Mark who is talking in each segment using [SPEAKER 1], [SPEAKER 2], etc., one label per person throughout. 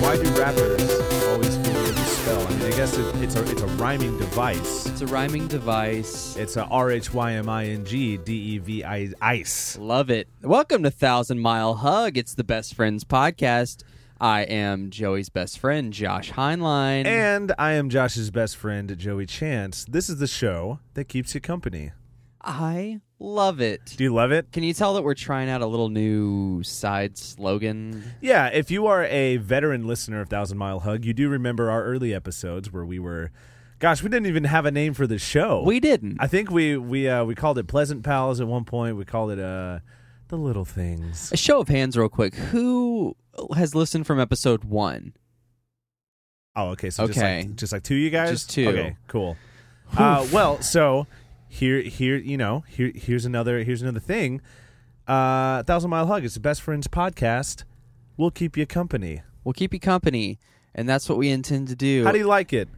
[SPEAKER 1] rappers always feel the spell. I mean, I guess it, it's a it's a rhyming device.
[SPEAKER 2] It's a rhyming device.
[SPEAKER 1] It's a R H Y M I N G D E V I ice.
[SPEAKER 2] Love it. Welcome to Thousand Mile Hug. It's the Best Friends podcast. I am Joey's best friend, Josh Heinlein.
[SPEAKER 1] And I am Josh's best friend, Joey Chance. This is the show that keeps you company.
[SPEAKER 2] I love it.
[SPEAKER 1] Do you love it?
[SPEAKER 2] Can you tell that we're trying out a little new side slogan?
[SPEAKER 1] Yeah, if you are a veteran listener of Thousand Mile Hug, you do remember our early episodes where we were, gosh, we didn't even have a name for the show.
[SPEAKER 2] We didn't.
[SPEAKER 1] Oh. I think we we uh, we called it Pleasant Pals at one point. We called it uh, the Little Things.
[SPEAKER 2] A show of hands, real quick. Who has listened from episode one?
[SPEAKER 1] Oh, okay. So just
[SPEAKER 2] Okay.
[SPEAKER 1] like just like two of you guys,
[SPEAKER 2] Just two.
[SPEAKER 1] Okay, cool. Uh, well, so here here you know here here's another here's another thing. Uh, Thousand Mile Hug is the best friends podcast. We'll keep you company.
[SPEAKER 2] We'll keep you company, and that's what we intend to do.
[SPEAKER 1] How do you like it?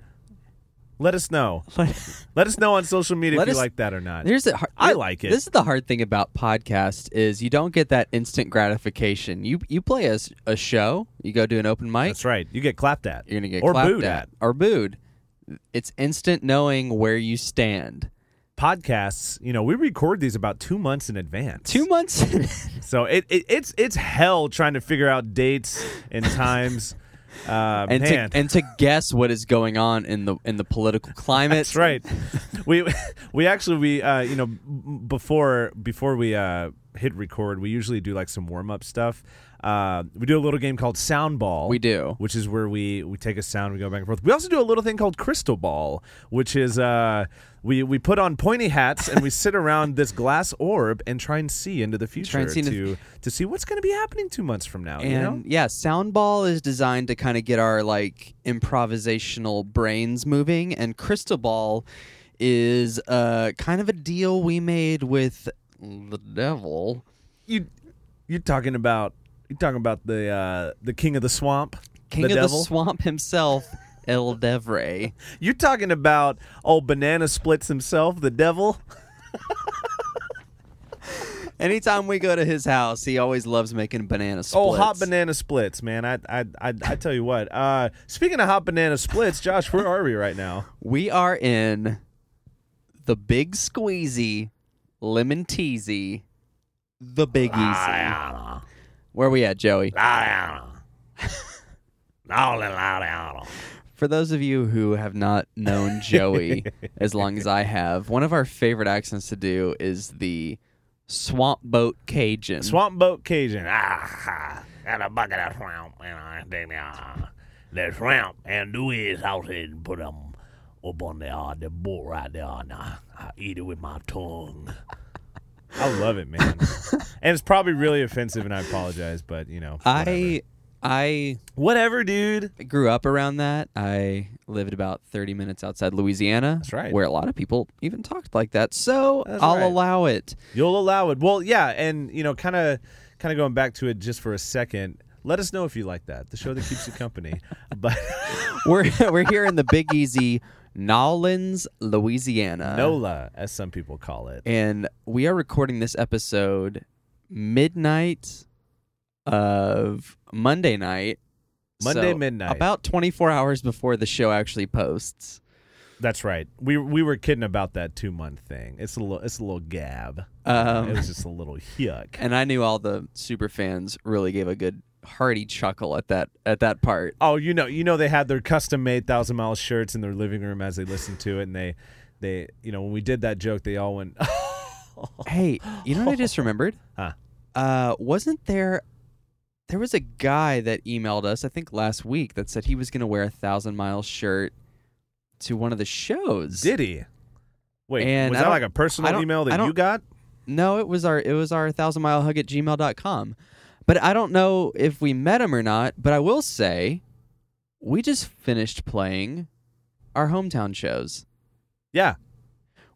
[SPEAKER 1] Let us know. Let us know on social media
[SPEAKER 2] Let
[SPEAKER 1] if you
[SPEAKER 2] us-
[SPEAKER 1] like that or not.
[SPEAKER 2] There's the har-
[SPEAKER 1] I like it.
[SPEAKER 2] This is the hard thing about podcast is you don't get that instant gratification. You you play a, s- a show, you go do an open mic,
[SPEAKER 1] That's right. You get clapped at.
[SPEAKER 2] you're gonna get
[SPEAKER 1] or
[SPEAKER 2] clapped
[SPEAKER 1] booed at.
[SPEAKER 2] or booed. It's instant knowing where you stand.
[SPEAKER 1] Podcasts, you know, we record these about two months in advance.
[SPEAKER 2] Two months.
[SPEAKER 1] So it, it it's it's hell trying to figure out dates and times. Uh,
[SPEAKER 2] and
[SPEAKER 1] man.
[SPEAKER 2] to, and to guess what is going on in the in the political climate.
[SPEAKER 1] That's right. we we actually we uh, you know b- before before we uh, hit record, we usually do like some warm up stuff. Uh, we do a little game called Sound Ball.
[SPEAKER 2] We do.
[SPEAKER 1] which is where we we take a sound, we go back and forth. We also do a little thing called Crystal Ball, which is uh, we we put on pointy hats and we sit around this glass orb and try and see into the future
[SPEAKER 2] and see into-
[SPEAKER 1] to to see what's going to be happening two months from now.
[SPEAKER 2] And
[SPEAKER 1] Oh, you know?
[SPEAKER 2] yeah, soundball is designed to kind of get our like improvisational brains moving, and crystal ball is uh, kind of a deal we made with the devil,
[SPEAKER 1] you you're talking about you're talking about the uh, the king of the swamp,
[SPEAKER 2] king
[SPEAKER 1] the
[SPEAKER 2] of
[SPEAKER 1] devil.
[SPEAKER 2] the swamp himself, El Devre.
[SPEAKER 1] You're talking about old banana splits himself, the devil.
[SPEAKER 2] Anytime we go to his house, he always loves making banana splits.
[SPEAKER 1] Oh, hot banana splits, man! I I I, I tell you what. Uh, speaking of hot banana splits, Josh, where are we right now?
[SPEAKER 2] We are in the Big Squeezy, Lemon Teasy, the Big
[SPEAKER 1] Ah,
[SPEAKER 2] Easy. Where we at, Joey? For those of you who have not known Joey as long as I have, one of our favorite accents to do is the swamp boat Cajun.
[SPEAKER 1] Swamp boat Cajun.
[SPEAKER 3] Ah, and a bucket of swamp, and I think uh, the swamp and do his sausage and put them up on the, uh, the boat right there, and I, I eat it with my tongue.
[SPEAKER 1] I love it, man. and it's probably really offensive, and I apologize, but you know,
[SPEAKER 2] I I
[SPEAKER 1] whatever, dude.
[SPEAKER 2] grew up around that. I lived about 30 minutes outside Louisiana, That's
[SPEAKER 1] right.
[SPEAKER 2] where a lot of people even talked like that. So
[SPEAKER 1] That's
[SPEAKER 2] I'll
[SPEAKER 1] right.
[SPEAKER 2] allow it.
[SPEAKER 1] You'll allow it. Well, yeah, and you know, kind of, kind of going back to it just for a second. Let us know if you like that. The show that keeps you company. But
[SPEAKER 2] We're we're here in the Big Easy, Nolens, Louisiana.
[SPEAKER 1] Nola, as some people call it.
[SPEAKER 2] and we are recording this episode midnight of Monday night.
[SPEAKER 1] Monday
[SPEAKER 2] So
[SPEAKER 1] midnight.
[SPEAKER 2] About 24 hours before the show actually posts.
[SPEAKER 1] That's right. We we were kidding about that two month thing. It's a little it's a little gab.
[SPEAKER 2] Um,
[SPEAKER 1] it was just a little yuck.
[SPEAKER 2] And I knew all the super fans really gave a good hearty chuckle at that at that part.
[SPEAKER 1] Oh, you know, you know, they had their custom made thousand mile shirts in their living room as they listened to it, and they, they, you know, when we did that joke, they all went.
[SPEAKER 2] Hey, you know what I just remembered?
[SPEAKER 1] Huh.
[SPEAKER 2] Uh, wasn't there there was a guy that emailed us, I think last week, that said he was gonna wear a thousand mile shirt to one of the shows.
[SPEAKER 1] Did he? Wait,
[SPEAKER 2] And
[SPEAKER 1] was
[SPEAKER 2] I
[SPEAKER 1] that
[SPEAKER 2] don't-
[SPEAKER 1] like a
[SPEAKER 2] I
[SPEAKER 1] personal
[SPEAKER 2] don't-
[SPEAKER 1] email
[SPEAKER 2] I
[SPEAKER 1] that
[SPEAKER 2] don't-
[SPEAKER 1] you got?
[SPEAKER 2] No, it was our it was our thousand mile hug at gmail.com. But I don't know if we met him or not, but I will say we just finished playing our hometown shows.
[SPEAKER 1] Yeah,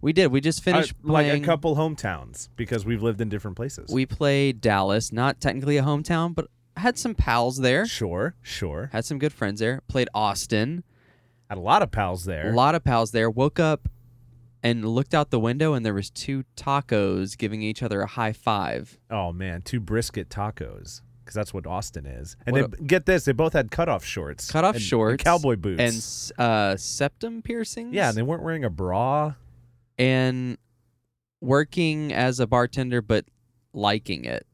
[SPEAKER 2] We did. We just finished
[SPEAKER 1] I- like
[SPEAKER 2] playing
[SPEAKER 1] a couple hometowns because we've lived in different places.
[SPEAKER 2] We played Dallas, not technically a hometown, but had some pals there.
[SPEAKER 1] sure, sure.
[SPEAKER 2] Had some good friends there. Played Austin.
[SPEAKER 1] Had a lot of pals
[SPEAKER 2] A
[SPEAKER 1] there.
[SPEAKER 2] lot of pals there. Woke up and looked out the window and there was two tacos giving each other a high five.
[SPEAKER 1] Oh man, two brisket tacos. because that's what Austin is. And
[SPEAKER 2] What
[SPEAKER 1] they, get this, they both had cutoff shorts,
[SPEAKER 2] Cut off
[SPEAKER 1] and
[SPEAKER 2] shorts,
[SPEAKER 1] cowboy boots,
[SPEAKER 2] and s- uh, septum piercings.
[SPEAKER 1] yeah, and they weren't wearing a bra.
[SPEAKER 2] and working as a bartender, but liking it,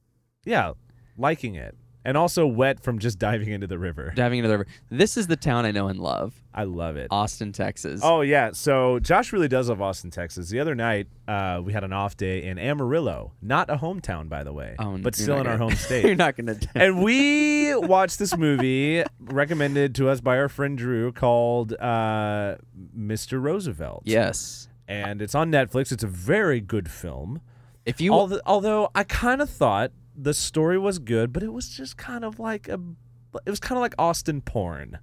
[SPEAKER 1] Yeah, liking it, and also wet from just diving into the river.
[SPEAKER 2] diving into the river. This is the town I know and love,
[SPEAKER 1] I love it.
[SPEAKER 2] Austin, Texas.
[SPEAKER 1] Oh yeah, so Josh really does love Austin, Texas. The other night, uh, we had an off day in Amarillo, not a hometown by the way,
[SPEAKER 2] Oh, n-
[SPEAKER 1] but
[SPEAKER 2] you're
[SPEAKER 1] still
[SPEAKER 2] not
[SPEAKER 1] in our
[SPEAKER 2] gonna-
[SPEAKER 1] home
[SPEAKER 2] You're
[SPEAKER 1] state.
[SPEAKER 2] not gonna.
[SPEAKER 1] and we watched this movie recommended to us by our friend Drew called uh, Mr. Roosevelt.
[SPEAKER 2] yes,
[SPEAKER 1] and it's on Netflix. It's a very good film.
[SPEAKER 2] if you
[SPEAKER 1] Although, although I kind of thought the story was good, but it was just kind of like a. It was kind of like Austin porn.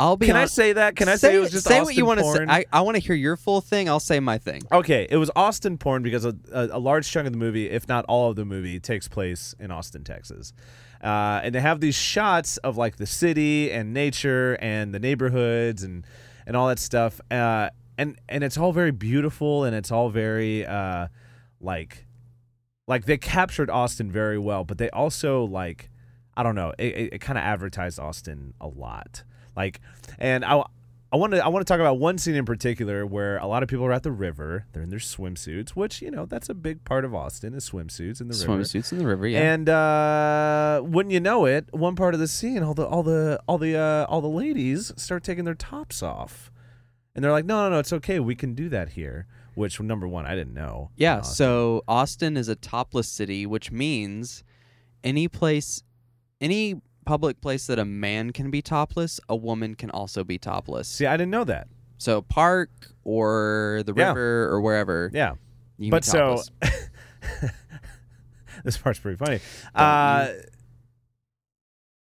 [SPEAKER 2] I'll be.
[SPEAKER 1] Can I
[SPEAKER 2] honest.
[SPEAKER 1] say that? Can I say, it was just
[SPEAKER 2] say
[SPEAKER 1] Austin
[SPEAKER 2] what you want to say?
[SPEAKER 1] porn?
[SPEAKER 2] I, I want to hear your full thing. I'll say my thing.
[SPEAKER 1] Okay, it was Austin porn because a, a, a large chunk of the movie, if not all of the movie, takes place in Austin, Texas. Uh, and they have these shots of like the city and nature and the neighborhoods and, and all that stuff. Uh, and, and it's all very beautiful and it's all very uh, like like they captured Austin very well, but they also like I don't know, it, it, it kind of advertised Austin a lot. Like, and I I want to I want to talk about one scene in particular where a lot of people are at the river, they're in their swimsuits, which you know that's a big part of Austin is swimsuits in the river.
[SPEAKER 2] Swimsuits in the river. Yeah.
[SPEAKER 1] And uh, wouldn't you know it, one part of the scene, all the all the all the uh, all the ladies start taking their tops off, and they're like, "No, no, no, it's okay, we can do that here." Which number one, I didn't know.
[SPEAKER 2] yeah.
[SPEAKER 1] Uh,
[SPEAKER 2] So Austin is a topless city, which means any place, any public place that a man can be topless, a woman can also be topless.
[SPEAKER 1] see, I didn't know that.
[SPEAKER 2] So park or the
[SPEAKER 1] Yeah.
[SPEAKER 2] river or wherever.
[SPEAKER 1] Yeah.
[SPEAKER 2] You can
[SPEAKER 1] but
[SPEAKER 2] be
[SPEAKER 1] so
[SPEAKER 2] topless.
[SPEAKER 1] this part's pretty funny. Uh,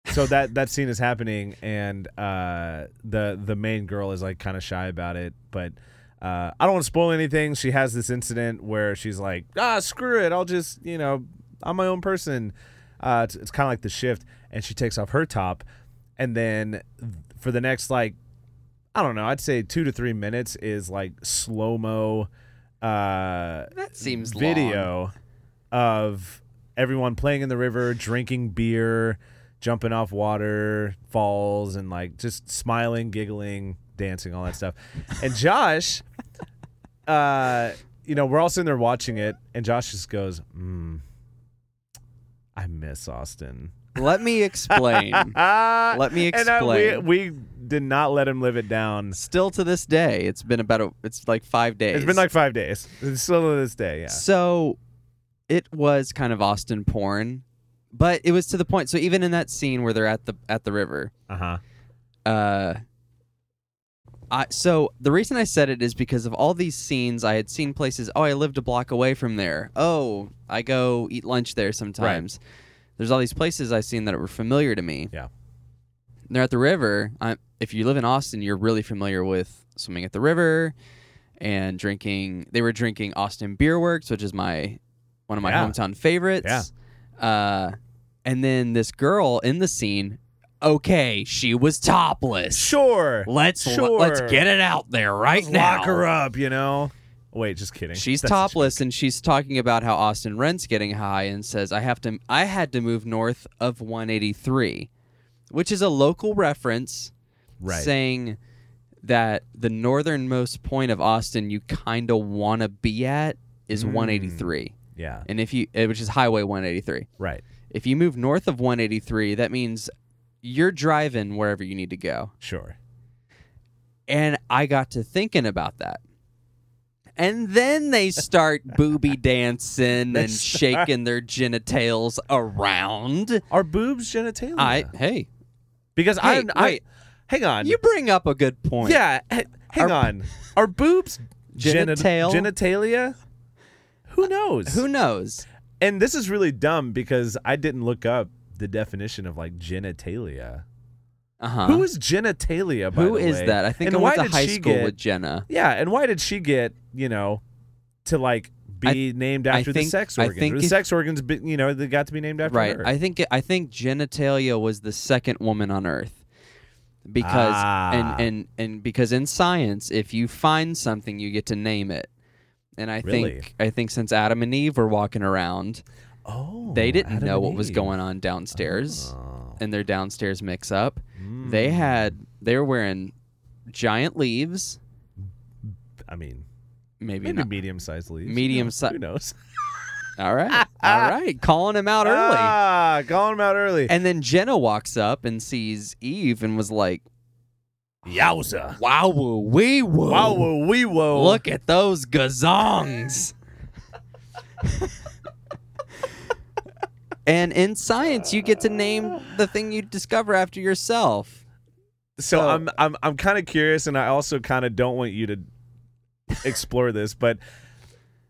[SPEAKER 1] so that that scene is happening, and uh, the the main girl is like kind of shy about it, but. Uh, I don't want to spoil anything. She has this incident where she's like, "Ah, screw it! I'll just, you know, I'm my own person." Uh, it's it's kind of like the shift, and she takes off her top, and then for the next like I don't know, I'd say two to three minutes is like slow mo. Uh,
[SPEAKER 2] that seems long.
[SPEAKER 1] video of everyone playing in the river, drinking beer, jumping off water, falls, and like just smiling, giggling, dancing, all that stuff. And Josh, uh, you know, we're all sitting there watching it, and Josh just goes, mm, "I miss Austin."
[SPEAKER 2] Let me explain.
[SPEAKER 1] Ah,
[SPEAKER 2] Let me
[SPEAKER 1] and uh, we,
[SPEAKER 2] explain.
[SPEAKER 1] we did not let him live it down.
[SPEAKER 2] Still to this day, it's been about a, it's like five days.
[SPEAKER 1] It's been like five days. It's still to this day. Yeah.
[SPEAKER 2] So it was kind of Austin porn, but it was to the point. So even in that scene where they're at the at the river,
[SPEAKER 1] Uh huh.
[SPEAKER 2] uh, I so the reason I said it is because of all these scenes I had seen places. Oh, I lived a block away from there. Oh, I go eat lunch there sometimes. There's all these places I've seen that were familiar to me.
[SPEAKER 1] Yeah.
[SPEAKER 2] And they're at the river. i if you live in Austin, you're really familiar with swimming at the river and drinking. They were drinking Austin Beer Works, which is my one of my
[SPEAKER 1] Yeah.
[SPEAKER 2] hometown favorites. Yeah. Uh, and then this girl in the scene. Okay, she was topless.
[SPEAKER 1] Sure.
[SPEAKER 2] Let's
[SPEAKER 1] Sure.
[SPEAKER 2] let's get it out there right
[SPEAKER 1] Just
[SPEAKER 2] now.
[SPEAKER 1] Lock her up, you know. Wait, just kidding.
[SPEAKER 2] She's
[SPEAKER 1] That's a
[SPEAKER 2] topless and she's talking about how Austin rent's getting high and says I have to I had to move north of 183, which is a local reference
[SPEAKER 1] joke. right?
[SPEAKER 2] saying that the northernmost point of Austin you kind of want to be at is
[SPEAKER 1] Mm.
[SPEAKER 2] 183.
[SPEAKER 1] yeah,
[SPEAKER 2] And if you eh, which is highway 183.
[SPEAKER 1] right.
[SPEAKER 2] If you move north of 183, that means you're driving wherever you need to go.
[SPEAKER 1] Sure.
[SPEAKER 2] And I got to thinking about that. And then they start booby dancing
[SPEAKER 1] They
[SPEAKER 2] and
[SPEAKER 1] start-
[SPEAKER 2] shaking their genitals around.
[SPEAKER 1] Are boobs genitalia?
[SPEAKER 2] I hey,
[SPEAKER 1] because I,
[SPEAKER 2] Hey,
[SPEAKER 1] I
[SPEAKER 2] wait.
[SPEAKER 1] hang on.
[SPEAKER 2] you bring up a good point.
[SPEAKER 1] yeah, h- hang
[SPEAKER 2] Are-
[SPEAKER 1] on. Are boobs geni-
[SPEAKER 2] Genital?
[SPEAKER 1] genitalia? Who knows?
[SPEAKER 2] Who knows?
[SPEAKER 1] and this is really dumb because I didn't look up the definition of like genitalia.
[SPEAKER 2] Uh-huh.
[SPEAKER 1] Who is genitalia? By
[SPEAKER 2] Who
[SPEAKER 1] the
[SPEAKER 2] is
[SPEAKER 1] way?
[SPEAKER 2] that? I think
[SPEAKER 1] and
[SPEAKER 2] I
[SPEAKER 1] why
[SPEAKER 2] went to
[SPEAKER 1] did
[SPEAKER 2] high
[SPEAKER 1] she
[SPEAKER 2] school
[SPEAKER 1] get,
[SPEAKER 2] with Jenna.
[SPEAKER 1] Yeah, and why did she get you know to like be named
[SPEAKER 2] I
[SPEAKER 1] after
[SPEAKER 2] think-
[SPEAKER 1] the sex
[SPEAKER 2] I
[SPEAKER 1] organs?
[SPEAKER 2] think
[SPEAKER 1] or the
[SPEAKER 2] if-
[SPEAKER 1] sex organs, be, you know, they got to be named after
[SPEAKER 2] Right.
[SPEAKER 1] her.
[SPEAKER 2] I think I think genitalia was the second woman on Earth because
[SPEAKER 1] Ah.
[SPEAKER 2] and and and because in science, if you find something, you get to name it. And I
[SPEAKER 1] Really?
[SPEAKER 2] think I think since Adam and Eve were walking around,
[SPEAKER 1] Oh,
[SPEAKER 2] They didn't
[SPEAKER 1] Adam
[SPEAKER 2] know
[SPEAKER 1] and
[SPEAKER 2] what was
[SPEAKER 1] Eve.
[SPEAKER 2] going on downstairs
[SPEAKER 1] Oh.
[SPEAKER 2] in their downstairs mix up.
[SPEAKER 1] hmm.
[SPEAKER 2] They had they were wearing giant leaves,
[SPEAKER 1] I mean,
[SPEAKER 2] maybe,
[SPEAKER 1] maybe
[SPEAKER 2] not.
[SPEAKER 1] medium sized leaves.
[SPEAKER 2] Medium
[SPEAKER 1] Who
[SPEAKER 2] si-
[SPEAKER 1] knows?
[SPEAKER 2] All right. All right. Calling him out early.
[SPEAKER 1] Ah, calling him out early.
[SPEAKER 2] And then Jenna walks up and sees Eve and was like,
[SPEAKER 3] Yowza.
[SPEAKER 2] "Wow, woo, wee, woo.
[SPEAKER 1] wow, whoa, wee, whoa.
[SPEAKER 2] Look at those gazongs." and in science, you get to name the thing you discover after yourself.
[SPEAKER 1] So,
[SPEAKER 2] So-
[SPEAKER 1] I'm I'm I'm kind of curious, and I also kind of don't want you to explore this, but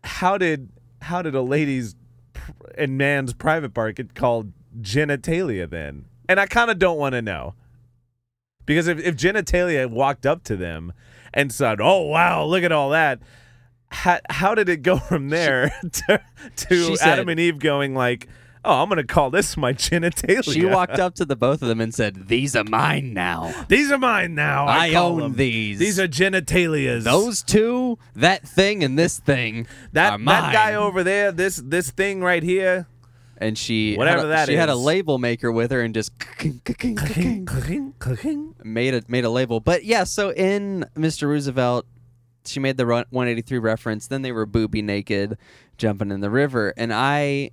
[SPEAKER 1] how did how did a lady's pr- and man's private part get called genitalia then? And I kind of don't want to know because if if genitalia walked up to them and said, "Oh wow, look at all that." How, how did it go from there to, to
[SPEAKER 2] she said-
[SPEAKER 1] Adam and Eve going like, "Oh, I'm gonna call this my genitalia."
[SPEAKER 2] She walked up to the both of them and said, "These are mine now.
[SPEAKER 1] These are mine now. Oh, I,
[SPEAKER 2] I
[SPEAKER 1] call
[SPEAKER 2] own
[SPEAKER 1] them.
[SPEAKER 2] these.
[SPEAKER 1] These are genitalias.
[SPEAKER 2] Those two, that thing, and this thing
[SPEAKER 1] that
[SPEAKER 2] are mine."
[SPEAKER 1] that guy over there. This this thing right here.
[SPEAKER 2] and she
[SPEAKER 1] Whatever
[SPEAKER 2] had a,
[SPEAKER 1] that
[SPEAKER 2] she had a
[SPEAKER 1] is.
[SPEAKER 2] label maker with her and just made a made a label. But yeah, so in Mr. Roosevelt, she made the run- 183 reference. Then they were booby naked, jumping in the river, and I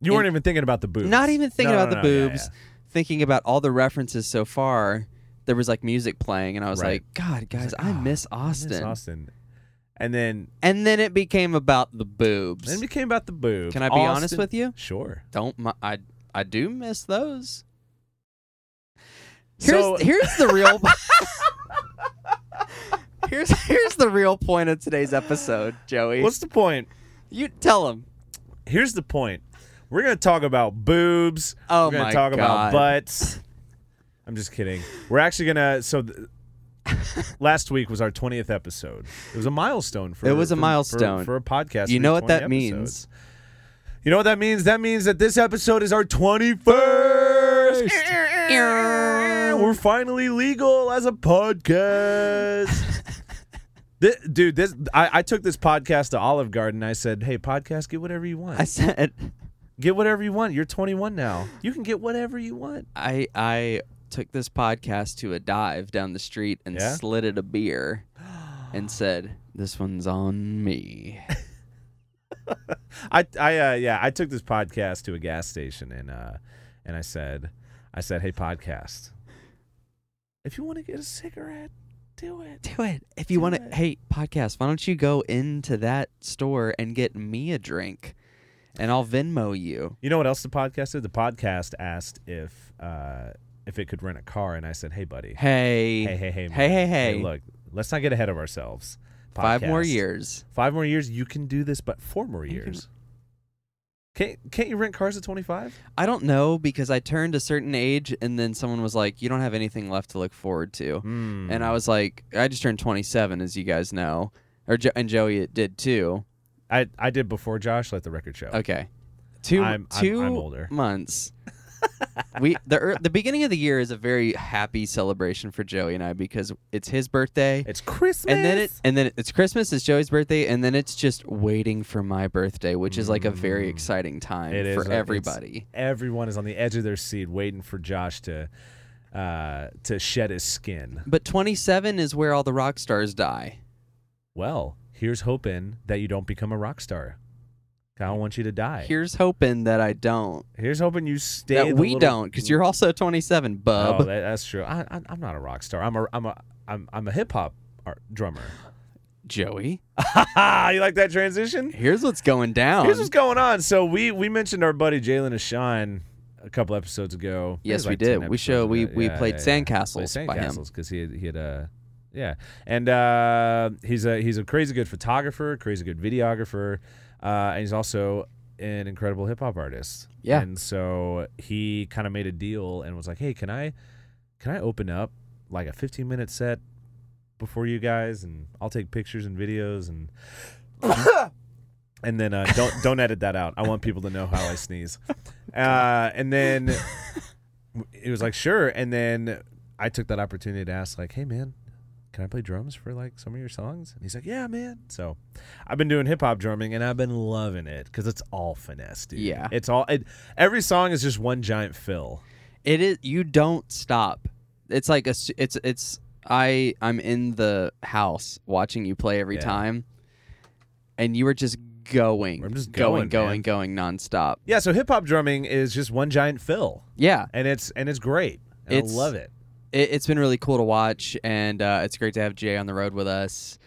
[SPEAKER 1] You weren't even thinking about the boobs.
[SPEAKER 2] not even thinking
[SPEAKER 1] No,
[SPEAKER 2] about
[SPEAKER 1] no, no,
[SPEAKER 2] the
[SPEAKER 1] yeah,
[SPEAKER 2] boobs, thinking about all the references so far. There was like music playing, and I was
[SPEAKER 1] Right.
[SPEAKER 2] like, "God, guys, I,
[SPEAKER 1] "Ah,
[SPEAKER 2] miss
[SPEAKER 1] yeah.
[SPEAKER 2] Austin."
[SPEAKER 1] Miss Austin. And then
[SPEAKER 2] And then it became about the boobs.
[SPEAKER 1] then it became about the boobs.
[SPEAKER 2] Can I be honest with you?
[SPEAKER 1] Sure.
[SPEAKER 2] Don't mi- I? I do miss those. Here's
[SPEAKER 1] So-
[SPEAKER 2] here's the real. here's here's the real point of today's episode, Joey.
[SPEAKER 1] What's the point?
[SPEAKER 2] you tell him.
[SPEAKER 1] Here's the point. We're gonna talk about boobs.
[SPEAKER 2] Oh
[SPEAKER 1] We're gonna
[SPEAKER 2] my
[SPEAKER 1] talk
[SPEAKER 2] God.
[SPEAKER 1] about butts. I'm just kidding. We're actually gonna. So, th- last week was our 20th episode. It was a milestone for.
[SPEAKER 2] It was a
[SPEAKER 1] for- for-
[SPEAKER 2] milestone.
[SPEAKER 1] for, a podcast.
[SPEAKER 2] You
[SPEAKER 1] We
[SPEAKER 2] know
[SPEAKER 1] did
[SPEAKER 2] what that
[SPEAKER 1] 20 episodes.
[SPEAKER 2] means?
[SPEAKER 1] You know what that means? That means that this episode is our 21st. We're finally legal as a podcast. Thi- dude, this I, I took this podcast to Olive Garden. I said, "Hey, podcast, get whatever you want.
[SPEAKER 2] I said
[SPEAKER 1] get whatever you want. You're 21 now. You can get whatever you want."
[SPEAKER 2] I I took this podcast to a dive down the street and
[SPEAKER 1] Yeah?
[SPEAKER 2] slid it a beer and said, "This one's on me."
[SPEAKER 1] I, I, uh, yeah, I took this podcast to a gas station and, uh, and I said, I said, hey, podcast, if you want to get a cigarette, do it.
[SPEAKER 2] Do it. If you
[SPEAKER 1] Do
[SPEAKER 2] want
[SPEAKER 1] it.
[SPEAKER 2] to, hey, podcast, why don't you go into that store and get me a drink and I'll Venmo you?
[SPEAKER 1] You know what else the podcast did? The podcast asked if, uh, if it could rent a car, and I said, hey, buddy,
[SPEAKER 2] Hey.
[SPEAKER 1] hey, hey, hey,
[SPEAKER 2] Hey, hey, hey.
[SPEAKER 1] look, let's not get ahead of ourselves.
[SPEAKER 2] Five more
[SPEAKER 1] Podcast.
[SPEAKER 2] years.
[SPEAKER 1] Five more years. You can do this, but four more
[SPEAKER 2] You can-
[SPEAKER 1] years. Can't can't you rent cars at twenty five?
[SPEAKER 2] I don't know because I turned a certain age and then someone was like, you don't have anything left to look forward to.
[SPEAKER 1] Hmm.
[SPEAKER 2] And I
[SPEAKER 1] Mm.
[SPEAKER 2] was like, I just turned 27, as you guys know. Or jo- and Joey it did too.
[SPEAKER 1] I I did before Josh. Let the record show.
[SPEAKER 2] Okay. 2
[SPEAKER 1] I'm- I'm-
[SPEAKER 2] 2
[SPEAKER 1] I'm older.
[SPEAKER 2] months. we the ear- the beginning of the year is a very happy celebration for Joey and I because it's his birthday.
[SPEAKER 1] It's Christmas.
[SPEAKER 2] and then it and then it's Christmas, it's Joey's birthday, and then it's just waiting for my birthday, which is like a very exciting time
[SPEAKER 1] Mm. It
[SPEAKER 2] for
[SPEAKER 1] is, uh, it's-
[SPEAKER 2] everybody.
[SPEAKER 1] everyone is on the edge of their seat waiting for Josh to uh, to shed his skin.
[SPEAKER 2] But 27 is where all the rock stars die.
[SPEAKER 1] Well, here's hoping that you don't become a rock star. I don't want you to die.
[SPEAKER 2] Here's hoping that I don't.
[SPEAKER 1] here's hoping you stay.
[SPEAKER 2] That
[SPEAKER 1] the
[SPEAKER 2] we
[SPEAKER 1] little-
[SPEAKER 2] don't, because you're also 27, bub.
[SPEAKER 1] Oh, that, that's true. I, I, I'm not a rock star. I'm a I'm a I'm, I'm a hip hop art- drummer.
[SPEAKER 2] Joey,
[SPEAKER 1] you like that transition?
[SPEAKER 2] here's what's going down.
[SPEAKER 1] Here's what's going on. So we we mentioned our buddy Jalen Ashan a couple episodes ago. Maybe it
[SPEAKER 2] Yes,
[SPEAKER 1] was
[SPEAKER 2] we
[SPEAKER 1] like
[SPEAKER 2] did.
[SPEAKER 1] 10
[SPEAKER 2] We
[SPEAKER 1] episodes
[SPEAKER 2] show- we-
[SPEAKER 1] ago.
[SPEAKER 2] we played Sandcastles
[SPEAKER 1] Played
[SPEAKER 2] by him.
[SPEAKER 1] Sandcastles because he had, he had uh, yeah, and uh, he's a he's a crazy good photographer, crazy good videographer, uh, and he's also an incredible hip hop artist.
[SPEAKER 2] Yeah.
[SPEAKER 1] and so he kind of made a deal and was like, hey, can I can I open up like a 15 minute set before you guys, and I'll take pictures and videos and. And then uh, don't don't edit that out. I want people to know how I sneeze. Uh, and then it was like sure. And then I took that opportunity to ask like, hey man, can I play drums for like some of your songs? And he's like, yeah, man. So I've been doing hip hop drumming and I've been loving it because it's all finesse, dude.
[SPEAKER 2] Yeah.
[SPEAKER 1] It's all, it, every song is just one giant fill.
[SPEAKER 2] It is you don't stop. It's like a s- it's it's I I'm in the house watching you play every
[SPEAKER 1] Yeah.
[SPEAKER 2] time, and you are just going.
[SPEAKER 1] I'm just going,
[SPEAKER 2] going, going, going nonstop.
[SPEAKER 1] Yeah. So hip hop drumming is just one giant fill
[SPEAKER 2] Yeah,
[SPEAKER 1] and it's, and it's great. And
[SPEAKER 2] It's-
[SPEAKER 1] I love it.
[SPEAKER 2] it, it's been really cool to watch, and uh, it's great to have Jay on the road with us.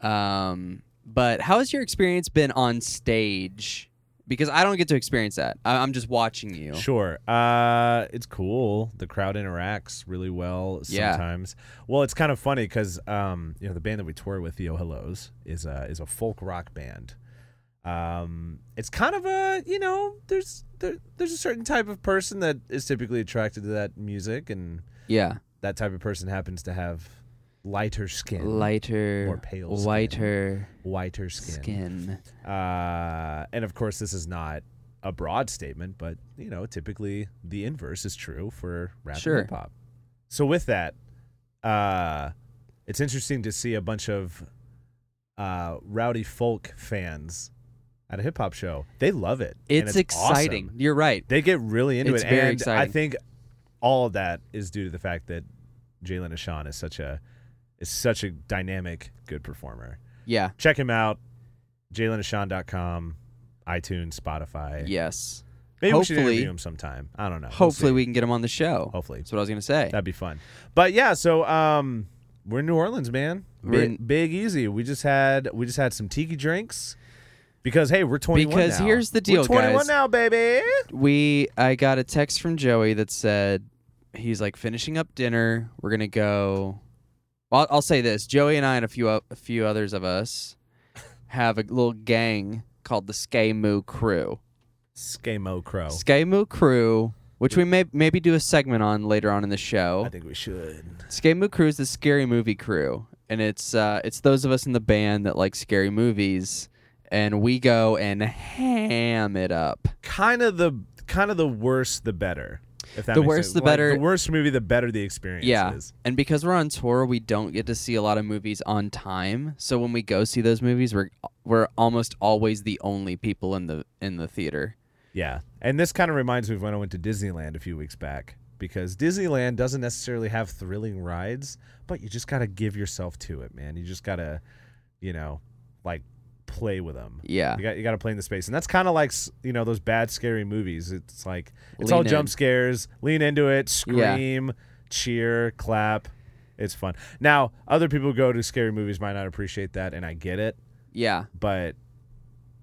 [SPEAKER 2] Um, but how has your experience been on stage? Because I don't get to experience that. I, I'm just watching you.
[SPEAKER 1] Sure. Uh, it's cool. The crowd interacts really well
[SPEAKER 2] Yeah.
[SPEAKER 1] sometimes. Well, it's kind of funny because um, you know the band that we tour with, Theo Hellos, is a is a folk rock band. Um, it's kind of a you know there's there, there's a certain type of person that is typically attracted to that music, and
[SPEAKER 2] Yeah,
[SPEAKER 1] that type of person happens to have lighter skin,
[SPEAKER 2] lighter,
[SPEAKER 1] More pale skin.
[SPEAKER 2] whiter
[SPEAKER 1] whiter skin.
[SPEAKER 2] skin.
[SPEAKER 1] Uh, and of course, this is not a broad statement, but you know, typically the inverse is true for rap
[SPEAKER 2] Sure.
[SPEAKER 1] and hip hop. So with that, uh, it's interesting to see a bunch of uh, rowdy folk fans at a hip hop show. They love it. and
[SPEAKER 2] It's, exciting.
[SPEAKER 1] awesome.
[SPEAKER 2] You're right.
[SPEAKER 1] They get really into
[SPEAKER 2] It's
[SPEAKER 1] it,
[SPEAKER 2] very
[SPEAKER 1] and I
[SPEAKER 2] exciting.
[SPEAKER 1] think all of that is due to the fact that Jalen Ashan is such a is such a dynamic, good performer
[SPEAKER 2] Yeah.
[SPEAKER 1] check him out jalenashawn.com itunes spotify
[SPEAKER 2] Yes.
[SPEAKER 1] maybe we should
[SPEAKER 2] hopefully-
[SPEAKER 1] interview him sometime i don't know We'll
[SPEAKER 2] Hopefully
[SPEAKER 1] see.
[SPEAKER 2] we can get him on the show.
[SPEAKER 1] hopefully
[SPEAKER 2] That's what I was gonna say.
[SPEAKER 1] that'd be fun but yeah so um we're in new orleans man
[SPEAKER 2] We're
[SPEAKER 1] Big-
[SPEAKER 2] in-
[SPEAKER 1] big easy we just had we just had some tiki drinks because hey we're 21
[SPEAKER 2] Because
[SPEAKER 1] now.
[SPEAKER 2] here's the
[SPEAKER 1] we're
[SPEAKER 2] deal,
[SPEAKER 1] 21
[SPEAKER 2] guys.
[SPEAKER 1] now baby
[SPEAKER 2] we I got a text from Joey that said he's like finishing up dinner. We're gonna go. I'll, I'll say this: Joey and I and a few o- a few others of us have a little gang called the Skaymoo Crew.
[SPEAKER 1] skamo crow
[SPEAKER 2] Skaymoo Crew, which we may maybe do a segment on later on in the show.
[SPEAKER 1] i think we should
[SPEAKER 2] Skaymoo Crew is the scary movie crew, and it's uh, it's those of us in the band that like scary movies, and we go and ham it up.
[SPEAKER 1] kind of the kind of the worse the better if that
[SPEAKER 2] The
[SPEAKER 1] makes
[SPEAKER 2] worse
[SPEAKER 1] sense.
[SPEAKER 2] the
[SPEAKER 1] Like,
[SPEAKER 2] better-
[SPEAKER 1] the worse movie the better the experience
[SPEAKER 2] Yeah,
[SPEAKER 1] is
[SPEAKER 2] and because we're on tour, we don't get to see a lot of movies on time. So when we go see those movies, we're we're almost always the only people in the in the theater.
[SPEAKER 1] Yeah. And this kind of reminds me of when I went to Disneyland a few weeks back because Disneyland doesn't necessarily have thrilling rides, but you just got to give yourself to it, man. You just got to, you know, like play with them.
[SPEAKER 2] Yeah,
[SPEAKER 1] You got you got to play in the space. And that's kind of like, s- you know, those bad scary movies. It's like it's
[SPEAKER 2] Lean
[SPEAKER 1] all
[SPEAKER 2] in.
[SPEAKER 1] jump scares, lean into it,
[SPEAKER 2] Yeah.
[SPEAKER 1] scream, cheer, clap. It's fun. Now, other people who go to scary movies might not appreciate that and I get it,
[SPEAKER 2] yeah.
[SPEAKER 1] but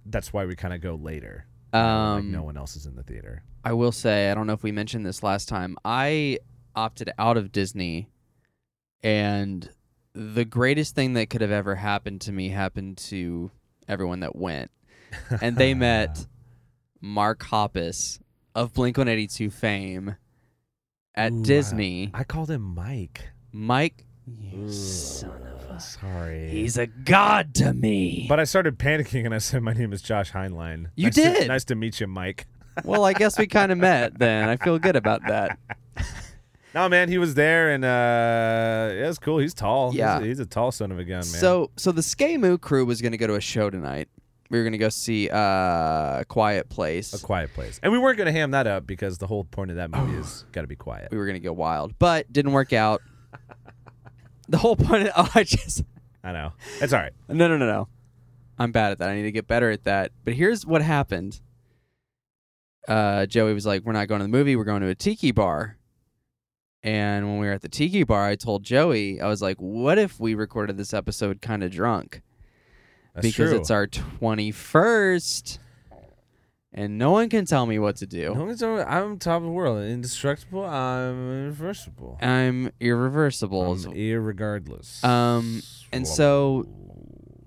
[SPEAKER 1] that's why we kind of go later. you know, like
[SPEAKER 2] Um,
[SPEAKER 1] no one else is in the theater.
[SPEAKER 2] I will say I don't know if we mentioned this last time. I opted out of Disney, and the greatest thing that could have ever happened to me happened to everyone that went, and they met Mark Hoppus of Blink One Eighty Two fame at
[SPEAKER 1] Ooh, I-
[SPEAKER 2] Disney.
[SPEAKER 1] I called him Mike.
[SPEAKER 2] Mike, you son of a.
[SPEAKER 1] Sorry.
[SPEAKER 2] He's a god to me.
[SPEAKER 1] but I started panicking and I said, My name is Josh Heinlein.
[SPEAKER 2] You
[SPEAKER 1] nice to-
[SPEAKER 2] did.
[SPEAKER 1] nice to meet you, Mike.
[SPEAKER 2] well, I guess we kind of met then. I feel good about that.
[SPEAKER 1] No, man, he was there and uh, yeah, it's cool. He's tall. He's-
[SPEAKER 2] Yeah.
[SPEAKER 1] He's, a tall son of a gun, Oh, man.
[SPEAKER 2] So, so the Skaymoo crew was going to go to a show tonight. We were going to go see uh, Quiet Place.
[SPEAKER 1] a quiet place. And we weren't going to ham that up because the whole point of that movie is got to be quiet.
[SPEAKER 2] we were going to go wild, but didn't work out. the whole point of oh, I just
[SPEAKER 1] I know. It's all right.
[SPEAKER 2] no, no, no, no. I'm bad at that. I need to get better at that. But here's what happened. Uh, Joey was like, "We're not going to the movie. We're going to a tiki bar." And when we were at the tiki bar, I told Joey, I was like, "What if we recorded this episode kind of drunk?"
[SPEAKER 1] That's
[SPEAKER 2] because
[SPEAKER 1] true.
[SPEAKER 2] it's our 21st and no one can tell me what to do.
[SPEAKER 1] No one's over- I'm top of the world. Indestructible. I'm irreversible.
[SPEAKER 2] I'm irreversible.
[SPEAKER 1] I'm irregardless.
[SPEAKER 2] Um, and so-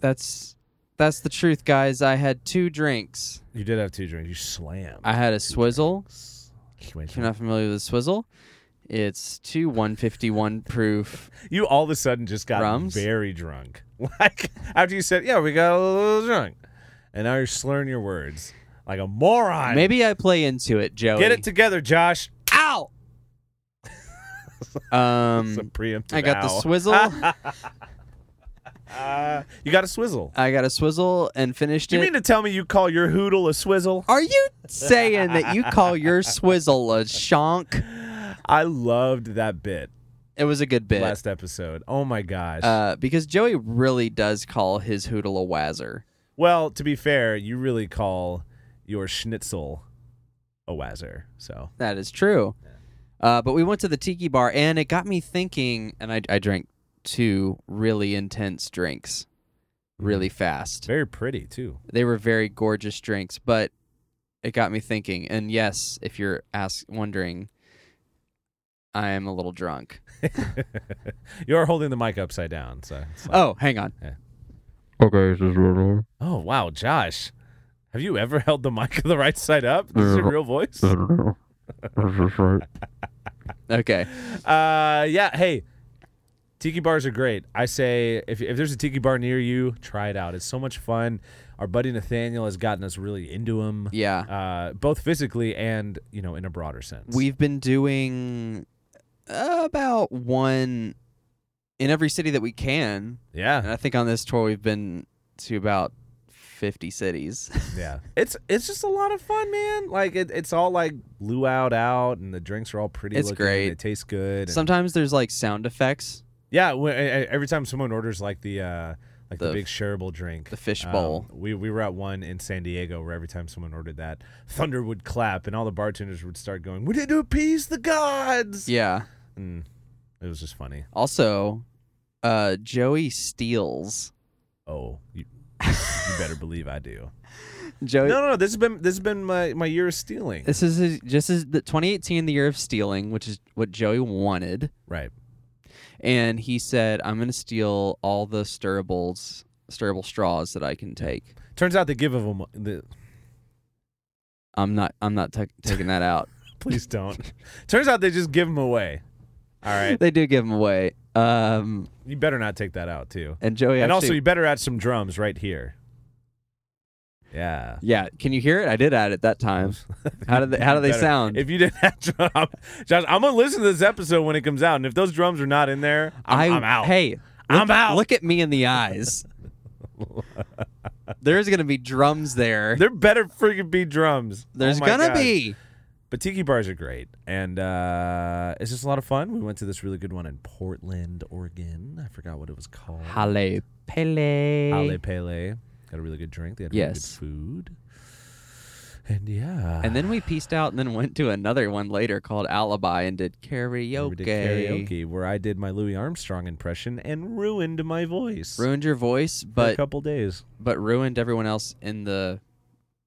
[SPEAKER 2] That's that's the truth, guys. I had two drinks.
[SPEAKER 1] You did have two drinks. You slammed.
[SPEAKER 2] I had a swizzle.
[SPEAKER 1] You went
[SPEAKER 2] If you're not familiar with a swizzle, it's two 151 proof.
[SPEAKER 1] You all of a sudden just got
[SPEAKER 2] Rums?
[SPEAKER 1] very drunk. Like after you said, "Yeah, we got a little drunk," and now you're slurring your words like a moron.
[SPEAKER 2] Maybe I play into it, Joey.
[SPEAKER 1] get it together, Josh.
[SPEAKER 2] Ow! Um,
[SPEAKER 1] Some preemptive.
[SPEAKER 2] I got the
[SPEAKER 1] ow.
[SPEAKER 2] swizzle.
[SPEAKER 1] Uh, you got a swizzle.
[SPEAKER 2] I got a swizzle and finished
[SPEAKER 1] Do you
[SPEAKER 2] it.
[SPEAKER 1] mean to tell me you call your hoodle a swizzle?
[SPEAKER 2] Are you saying that you call your swizzle a shonk?
[SPEAKER 1] I loved that bit
[SPEAKER 2] It was a good bit.
[SPEAKER 1] last episode. Oh my gosh.
[SPEAKER 2] uh, because Joey really does call his hoodle a wazzer.
[SPEAKER 1] well, to be fair, you really call your schnitzel a wazzer. So
[SPEAKER 2] That is true. Uh, but we went to the tiki bar, and it got me thinking. And I, I drank two really intense drinks, really fast.
[SPEAKER 1] very pretty too.
[SPEAKER 2] They were very gorgeous drinks, but it got me thinking. And yes, if you're ask wondering, I am a little drunk.
[SPEAKER 1] you are holding the mic upside down. So. it's like-
[SPEAKER 2] Oh, hang on.
[SPEAKER 4] Okay, this is little.
[SPEAKER 1] oh wow, Josh. Have you ever held the mic the right side up? This is your real voice.
[SPEAKER 4] I don't know. This is right.
[SPEAKER 2] Okay.
[SPEAKER 1] Uh, yeah. Hey, tiki bars are great. I say if, if there's a tiki bar near you, try it out. It's so much fun. Our buddy Nathaniel has gotten us really into them,
[SPEAKER 2] Yeah.
[SPEAKER 1] uh, both physically and you know in a broader sense.
[SPEAKER 2] We've been doing about one in every city that we can. And
[SPEAKER 1] yeah,
[SPEAKER 2] I think on this tour we've been to about 50 cities.
[SPEAKER 1] yeah. It's it's just a lot of fun, man. Like it, it's all like luau'd out, and the drinks are all pretty.
[SPEAKER 2] It's
[SPEAKER 1] looking,
[SPEAKER 2] great.
[SPEAKER 1] And it tastes good. and-
[SPEAKER 2] Sometimes there's like sound effects,
[SPEAKER 1] yeah, we, e- e- every time someone orders like the. Uh, like the,
[SPEAKER 2] The-
[SPEAKER 1] big shareable drink,
[SPEAKER 2] the fish
[SPEAKER 1] Um,
[SPEAKER 2] bowl.
[SPEAKER 1] we we were at one in San Diego where every time someone ordered that, thunder would clap and all the bartenders would start going, "We need to appease the gods."
[SPEAKER 2] yeah.
[SPEAKER 1] And it was just funny.
[SPEAKER 2] Also, uh, Joey steals.
[SPEAKER 1] Oh, you, you better believe I do.
[SPEAKER 2] Joey.
[SPEAKER 1] No, no, no. This has been this has been my my year of stealing.
[SPEAKER 2] This is his, just is the 2018, the year of stealing, which is what Joey wanted.
[SPEAKER 1] Right.
[SPEAKER 2] And he said, "I'm gonna steal all the stirrables, stirrable straws that I can take.
[SPEAKER 1] Turns out they give them. The,
[SPEAKER 2] I'm not, I'm not ta- taking that out.
[SPEAKER 1] please don't. Turns out they just give them away. All right.
[SPEAKER 2] they do give them away. Um,
[SPEAKER 1] You better not take that out too.
[SPEAKER 2] and Joey
[SPEAKER 1] and also,
[SPEAKER 2] actually-
[SPEAKER 1] you better add some drums right here. Yeah.
[SPEAKER 2] yeah, can you hear it? I did add it that time. How do they? How do they
[SPEAKER 1] better.
[SPEAKER 2] sound?
[SPEAKER 1] If you didn't have drum, I'm, Josh, I'm gonna listen to this episode when it comes out, and if those drums are not in there, I'm,
[SPEAKER 2] I-
[SPEAKER 1] I'm out.
[SPEAKER 2] Hey, look,
[SPEAKER 1] I'm out.
[SPEAKER 2] Look at me in the eyes. There's gonna be drums there.
[SPEAKER 1] there better freaking be drums.
[SPEAKER 2] There's
[SPEAKER 1] Oh my
[SPEAKER 2] gonna
[SPEAKER 1] God.
[SPEAKER 2] be.
[SPEAKER 1] But tiki bars are great, and uh, it's just a lot of fun. We went to this really good one in Portland, Oregon. I forgot what it was called.
[SPEAKER 2] Hale Pele.
[SPEAKER 1] Ale Pele. Got a really good drink. They had really
[SPEAKER 2] Yes.
[SPEAKER 1] good food. And yeah,
[SPEAKER 2] And then we pieced out and then went to another one later called Alibi and did karaoke.
[SPEAKER 1] we did karaoke where I did my Louis Armstrong impression and ruined my voice
[SPEAKER 2] Ruined your voice,
[SPEAKER 1] for a
[SPEAKER 2] but
[SPEAKER 1] couple days.
[SPEAKER 2] but ruined everyone else in the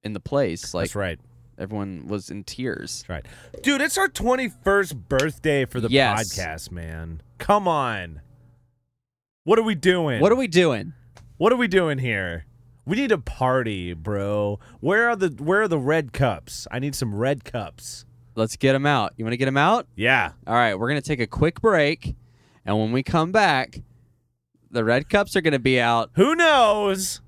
[SPEAKER 2] in the place. Like
[SPEAKER 1] That's right.
[SPEAKER 2] everyone was in tears.
[SPEAKER 1] That's right. Dude, it's our 21st birthday for the
[SPEAKER 2] Yes.
[SPEAKER 1] podcast, man. Come on. What are we doing?
[SPEAKER 2] What are we doing?
[SPEAKER 1] What are we doing here? We need a party, bro. Where are the where are the red cups? I need some red cups.
[SPEAKER 2] Let's get them out. You want to get them out?
[SPEAKER 1] Yeah.
[SPEAKER 2] All right, we're going to take a quick break. And when we come back, the red cups are going to be out.
[SPEAKER 1] Who knows?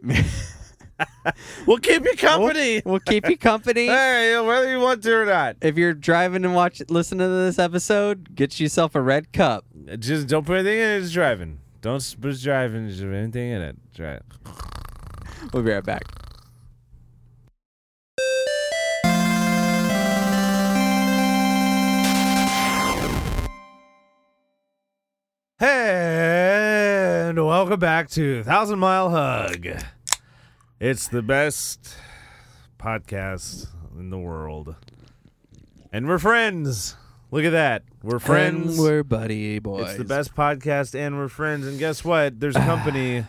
[SPEAKER 1] we'll keep you company.
[SPEAKER 2] We'll keep you company.
[SPEAKER 1] Hey, whether you want to or not.
[SPEAKER 2] If you're driving and watch listening to this episode, get yourself a red cup.
[SPEAKER 1] Just don't put anything in it. It's driving. Don't s- put driving just put anything in it. Try it.
[SPEAKER 2] We'll be right back.
[SPEAKER 1] Hey, and welcome back to Thousand Mile Hug. It's the best podcast in the world. And we're friends. Look at that. We're friends.
[SPEAKER 2] And we're buddy boys.
[SPEAKER 1] it's the best podcast, and we're friends. And guess what? There's a company.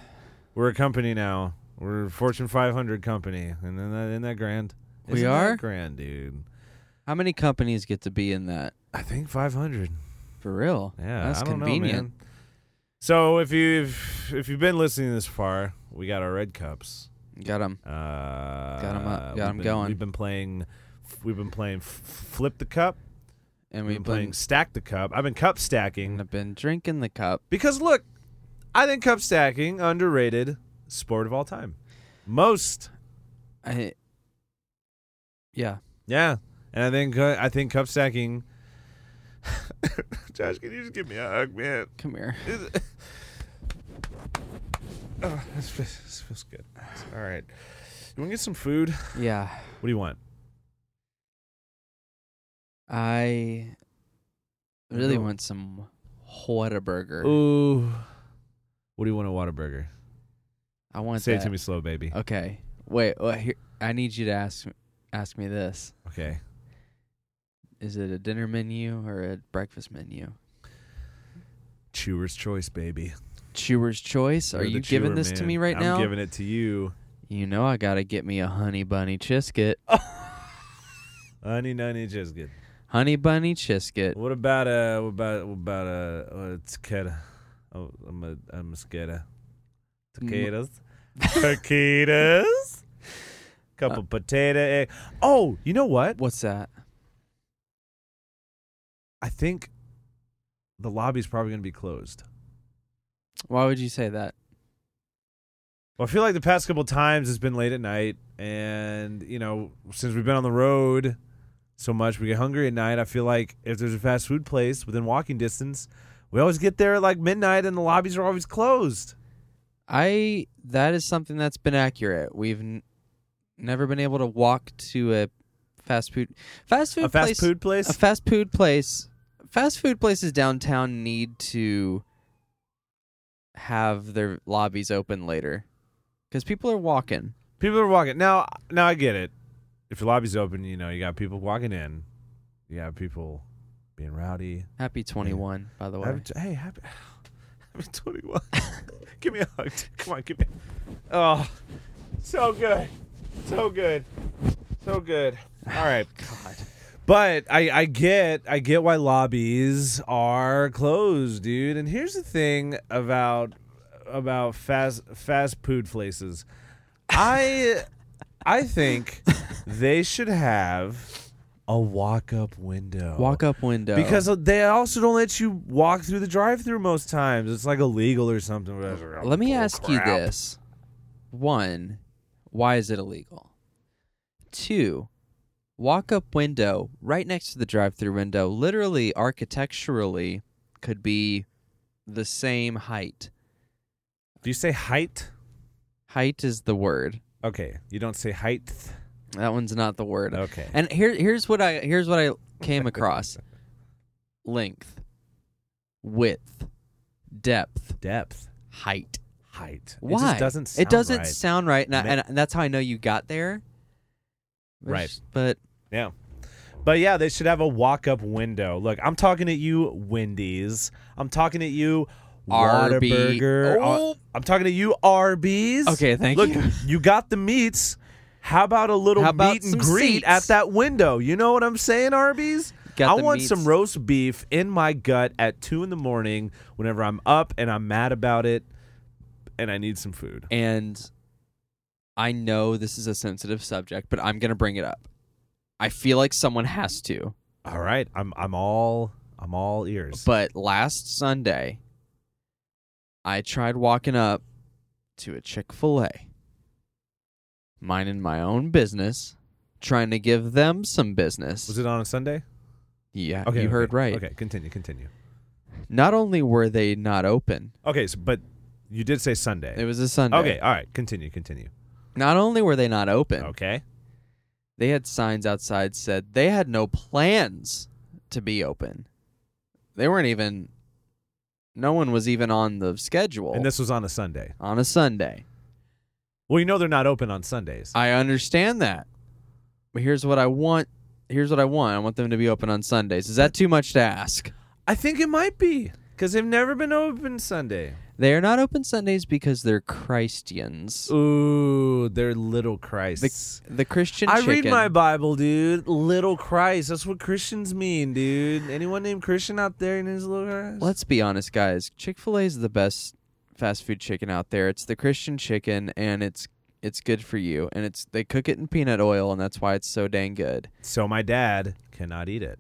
[SPEAKER 1] we're a company now. We're a Fortune 500 company. And isn't that, isn't that grand?
[SPEAKER 2] We
[SPEAKER 1] Isn't
[SPEAKER 2] are?
[SPEAKER 1] That grand, dude.
[SPEAKER 2] How many companies get to be in that?
[SPEAKER 1] I think 500.
[SPEAKER 2] For real?
[SPEAKER 1] Yeah,
[SPEAKER 2] That's
[SPEAKER 1] I don't know,
[SPEAKER 2] convenient.
[SPEAKER 1] man. So if you've if you've been listening this far, we got our red cups.
[SPEAKER 2] Got 'em.
[SPEAKER 1] Uh, got
[SPEAKER 2] 'em up, got 'em
[SPEAKER 1] been,
[SPEAKER 2] going.
[SPEAKER 1] We've been playing. We've been playing f- flip the cup.
[SPEAKER 2] And
[SPEAKER 1] We've been
[SPEAKER 2] we've been,
[SPEAKER 1] playing stack the cup. I've been cup stacking
[SPEAKER 2] I've been drinking the cup.
[SPEAKER 1] because look, I think cup stacking underrated sport of all time. Most,
[SPEAKER 2] I, yeah.
[SPEAKER 1] yeah, and I think uh, I think cup stacking Josh, can you just give me a hug, man?
[SPEAKER 2] Come here.
[SPEAKER 1] Is it- Oh, this feels, this feels good. All right. You want to get some food? What
[SPEAKER 2] Yeah.
[SPEAKER 1] do you want?
[SPEAKER 2] I really
[SPEAKER 1] No.
[SPEAKER 2] want some Whataburger.
[SPEAKER 1] Ooh. What do you want at Whataburger?
[SPEAKER 2] I want
[SPEAKER 1] Say
[SPEAKER 2] that.
[SPEAKER 1] it to me slow, baby.
[SPEAKER 2] Okay. Wait, wait here, I need you to ask ask me this.
[SPEAKER 1] Okay.
[SPEAKER 2] Is it a dinner menu or a breakfast menu?
[SPEAKER 1] Chewer's choice, baby.
[SPEAKER 2] Chewer's choice. Are
[SPEAKER 1] You're the
[SPEAKER 2] you giving
[SPEAKER 1] chewer
[SPEAKER 2] this to
[SPEAKER 1] man.
[SPEAKER 2] me right
[SPEAKER 1] I'm
[SPEAKER 2] now?
[SPEAKER 1] I'm giving it to you.
[SPEAKER 2] you know I gotta get me a honey bunny Chisket.
[SPEAKER 1] Honey, nunny, just good.
[SPEAKER 2] Honey bunny Chisket.
[SPEAKER 1] What about uh what about what about uh uh tequila? Oh, I'm a I'm a sketa. Taquitos. Taquitos. Cup
[SPEAKER 2] Uh.
[SPEAKER 1] of potato egg. Oh, you know what?
[SPEAKER 2] What's that?
[SPEAKER 1] I think the lobby's probably going to be closed.
[SPEAKER 2] Why would you say that?
[SPEAKER 1] Well, I feel like the past couple times it's been late at night, and you know, since we've been on the road so much, we get hungry at night. I feel like if there's a fast food place within walking distance, we always get there at like midnight, and the lobbies are always closed.
[SPEAKER 2] I that is something that's been accurate. We've n- never been able to walk to a fast food fast food
[SPEAKER 1] a fast
[SPEAKER 2] place.
[SPEAKER 1] food place.
[SPEAKER 2] a fast food place fast food places downtown need to have their lobbies open later because people are walking
[SPEAKER 1] people are walking now. Now I get it. If your lobby's open, you know you got people walking in, you got people being rowdy.
[SPEAKER 2] happy 21 by the way
[SPEAKER 1] Happy t- hey, happy, happy 21. give me a hug. Come on, give me. Oh, so good. So good. So good. All right. God. But I, I get I get why lobbies are closed, dude. And here's the thing about about fast fast food places. I I think they should have a walk up window.
[SPEAKER 2] walk up window
[SPEAKER 1] Because they also don't let you walk through the drive-through most times. It's like illegal or something.
[SPEAKER 2] let me ask you this one why is it illegal two walk up window right next to the drive through window literally architecturally could be the same height
[SPEAKER 1] Do you say height?
[SPEAKER 2] height is the word
[SPEAKER 1] Okay, you don't say height.
[SPEAKER 2] that one's not the word
[SPEAKER 1] Okay.
[SPEAKER 2] And here here's what I here's what I came across. Length, width, depth,
[SPEAKER 1] Depth,
[SPEAKER 2] height.
[SPEAKER 1] height.
[SPEAKER 2] Why?
[SPEAKER 1] It just doesn't. Sound
[SPEAKER 2] it doesn't
[SPEAKER 1] right.
[SPEAKER 2] sound right, and, I,
[SPEAKER 1] Ma-
[SPEAKER 2] and, and that's how I know you got there.
[SPEAKER 1] Right.
[SPEAKER 2] But
[SPEAKER 1] Yeah. But yeah, they should have a walk-up window. Look, I'm talking at you, Wendy's. I'm talking at you,
[SPEAKER 2] Arby-
[SPEAKER 1] Whataburger. Uh,
[SPEAKER 2] Oh.
[SPEAKER 1] I'm talking to you, Arby's.
[SPEAKER 2] Okay, thank
[SPEAKER 1] Look,
[SPEAKER 2] you.
[SPEAKER 1] you got the meats. How about a little
[SPEAKER 2] How about
[SPEAKER 1] meet and
[SPEAKER 2] some
[SPEAKER 1] greet
[SPEAKER 2] seats?
[SPEAKER 1] at that window? You know what I'm saying, Arby's?
[SPEAKER 2] Got
[SPEAKER 1] I
[SPEAKER 2] the
[SPEAKER 1] want
[SPEAKER 2] meats.
[SPEAKER 1] some roast beef in my gut at two in the morning whenever I'm up and I'm mad about it, and I need some food.
[SPEAKER 2] and I know this is a sensitive subject, but I'm gonna bring it up. I feel like someone has to.
[SPEAKER 1] All right, I'm I'm all I'm all ears.
[SPEAKER 2] But last Sunday, I tried walking up to a Chick fil A, minding my own business, trying to give them some business.
[SPEAKER 1] was it on a Sunday?
[SPEAKER 2] yeah,
[SPEAKER 1] Okay,
[SPEAKER 2] you heard
[SPEAKER 1] okay,
[SPEAKER 2] right.
[SPEAKER 1] Okay, continue, continue.
[SPEAKER 2] Not only were they not open,
[SPEAKER 1] Okay, so, but you did say Sunday.
[SPEAKER 2] it was a Sunday.
[SPEAKER 1] okay, all right, continue, continue.
[SPEAKER 2] Not only were they not open,
[SPEAKER 1] Okay,
[SPEAKER 2] they had signs outside said they had no plans to be open. They weren't even. No one was even on the schedule
[SPEAKER 1] and this was on a Sunday.
[SPEAKER 2] on a Sunday.
[SPEAKER 1] Well, you know they're not open on Sundays.
[SPEAKER 2] I understand that. But here's what I want. Here's what I want. I want them to be open on Sundays. Is that too much to ask?
[SPEAKER 1] I think it might be because they've never been open Sunday.
[SPEAKER 2] They are not open Sundays because they're Christians.
[SPEAKER 1] Ooh, they're little Christs.
[SPEAKER 2] The, the Christian
[SPEAKER 1] I
[SPEAKER 2] chicken.
[SPEAKER 1] read my Bible, dude. Little Christ. That's what Christians mean, dude. Anyone named Christian out there names little Christ?
[SPEAKER 2] Let's be honest, guys. Chick-fil-A is the best fast food chicken out there. It's the Christian chicken and it's it's good for you and it's they cook it in peanut oil and that's why it's so dang good.
[SPEAKER 1] So my dad cannot eat it.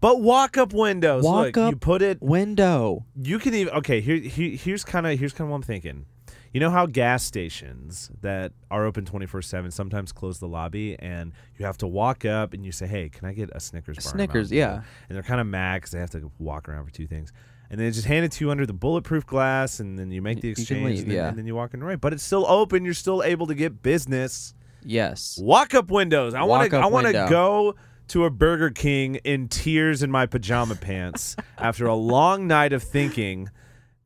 [SPEAKER 1] But walk up windows. Look,
[SPEAKER 2] Walk-up
[SPEAKER 1] you put it
[SPEAKER 2] Window.
[SPEAKER 1] you can even okay, here, here here's kinda here's kinda what I'm thinking. You know how gas stations that are open 24 7 sometimes close the lobby and you have to walk up and you say, hey, can I get a Snickers bar? and a
[SPEAKER 2] Snickers,
[SPEAKER 1] Mountain Dew?"
[SPEAKER 2] yeah.
[SPEAKER 1] And they're kind of mad because they have to walk around for two things. And they just hand it to you under the bulletproof glass and then you make the
[SPEAKER 2] you can
[SPEAKER 1] exchange
[SPEAKER 2] leave,
[SPEAKER 1] and, then,
[SPEAKER 2] yeah.
[SPEAKER 1] and then you walk in right. But it's still open. You're still able to get business.
[SPEAKER 2] Yes.
[SPEAKER 1] Walk up windows. I want to.
[SPEAKER 2] Walk-up
[SPEAKER 1] I want to
[SPEAKER 2] window.
[SPEAKER 1] go to a Burger King in tears in my pajama pants after a long night of thinking,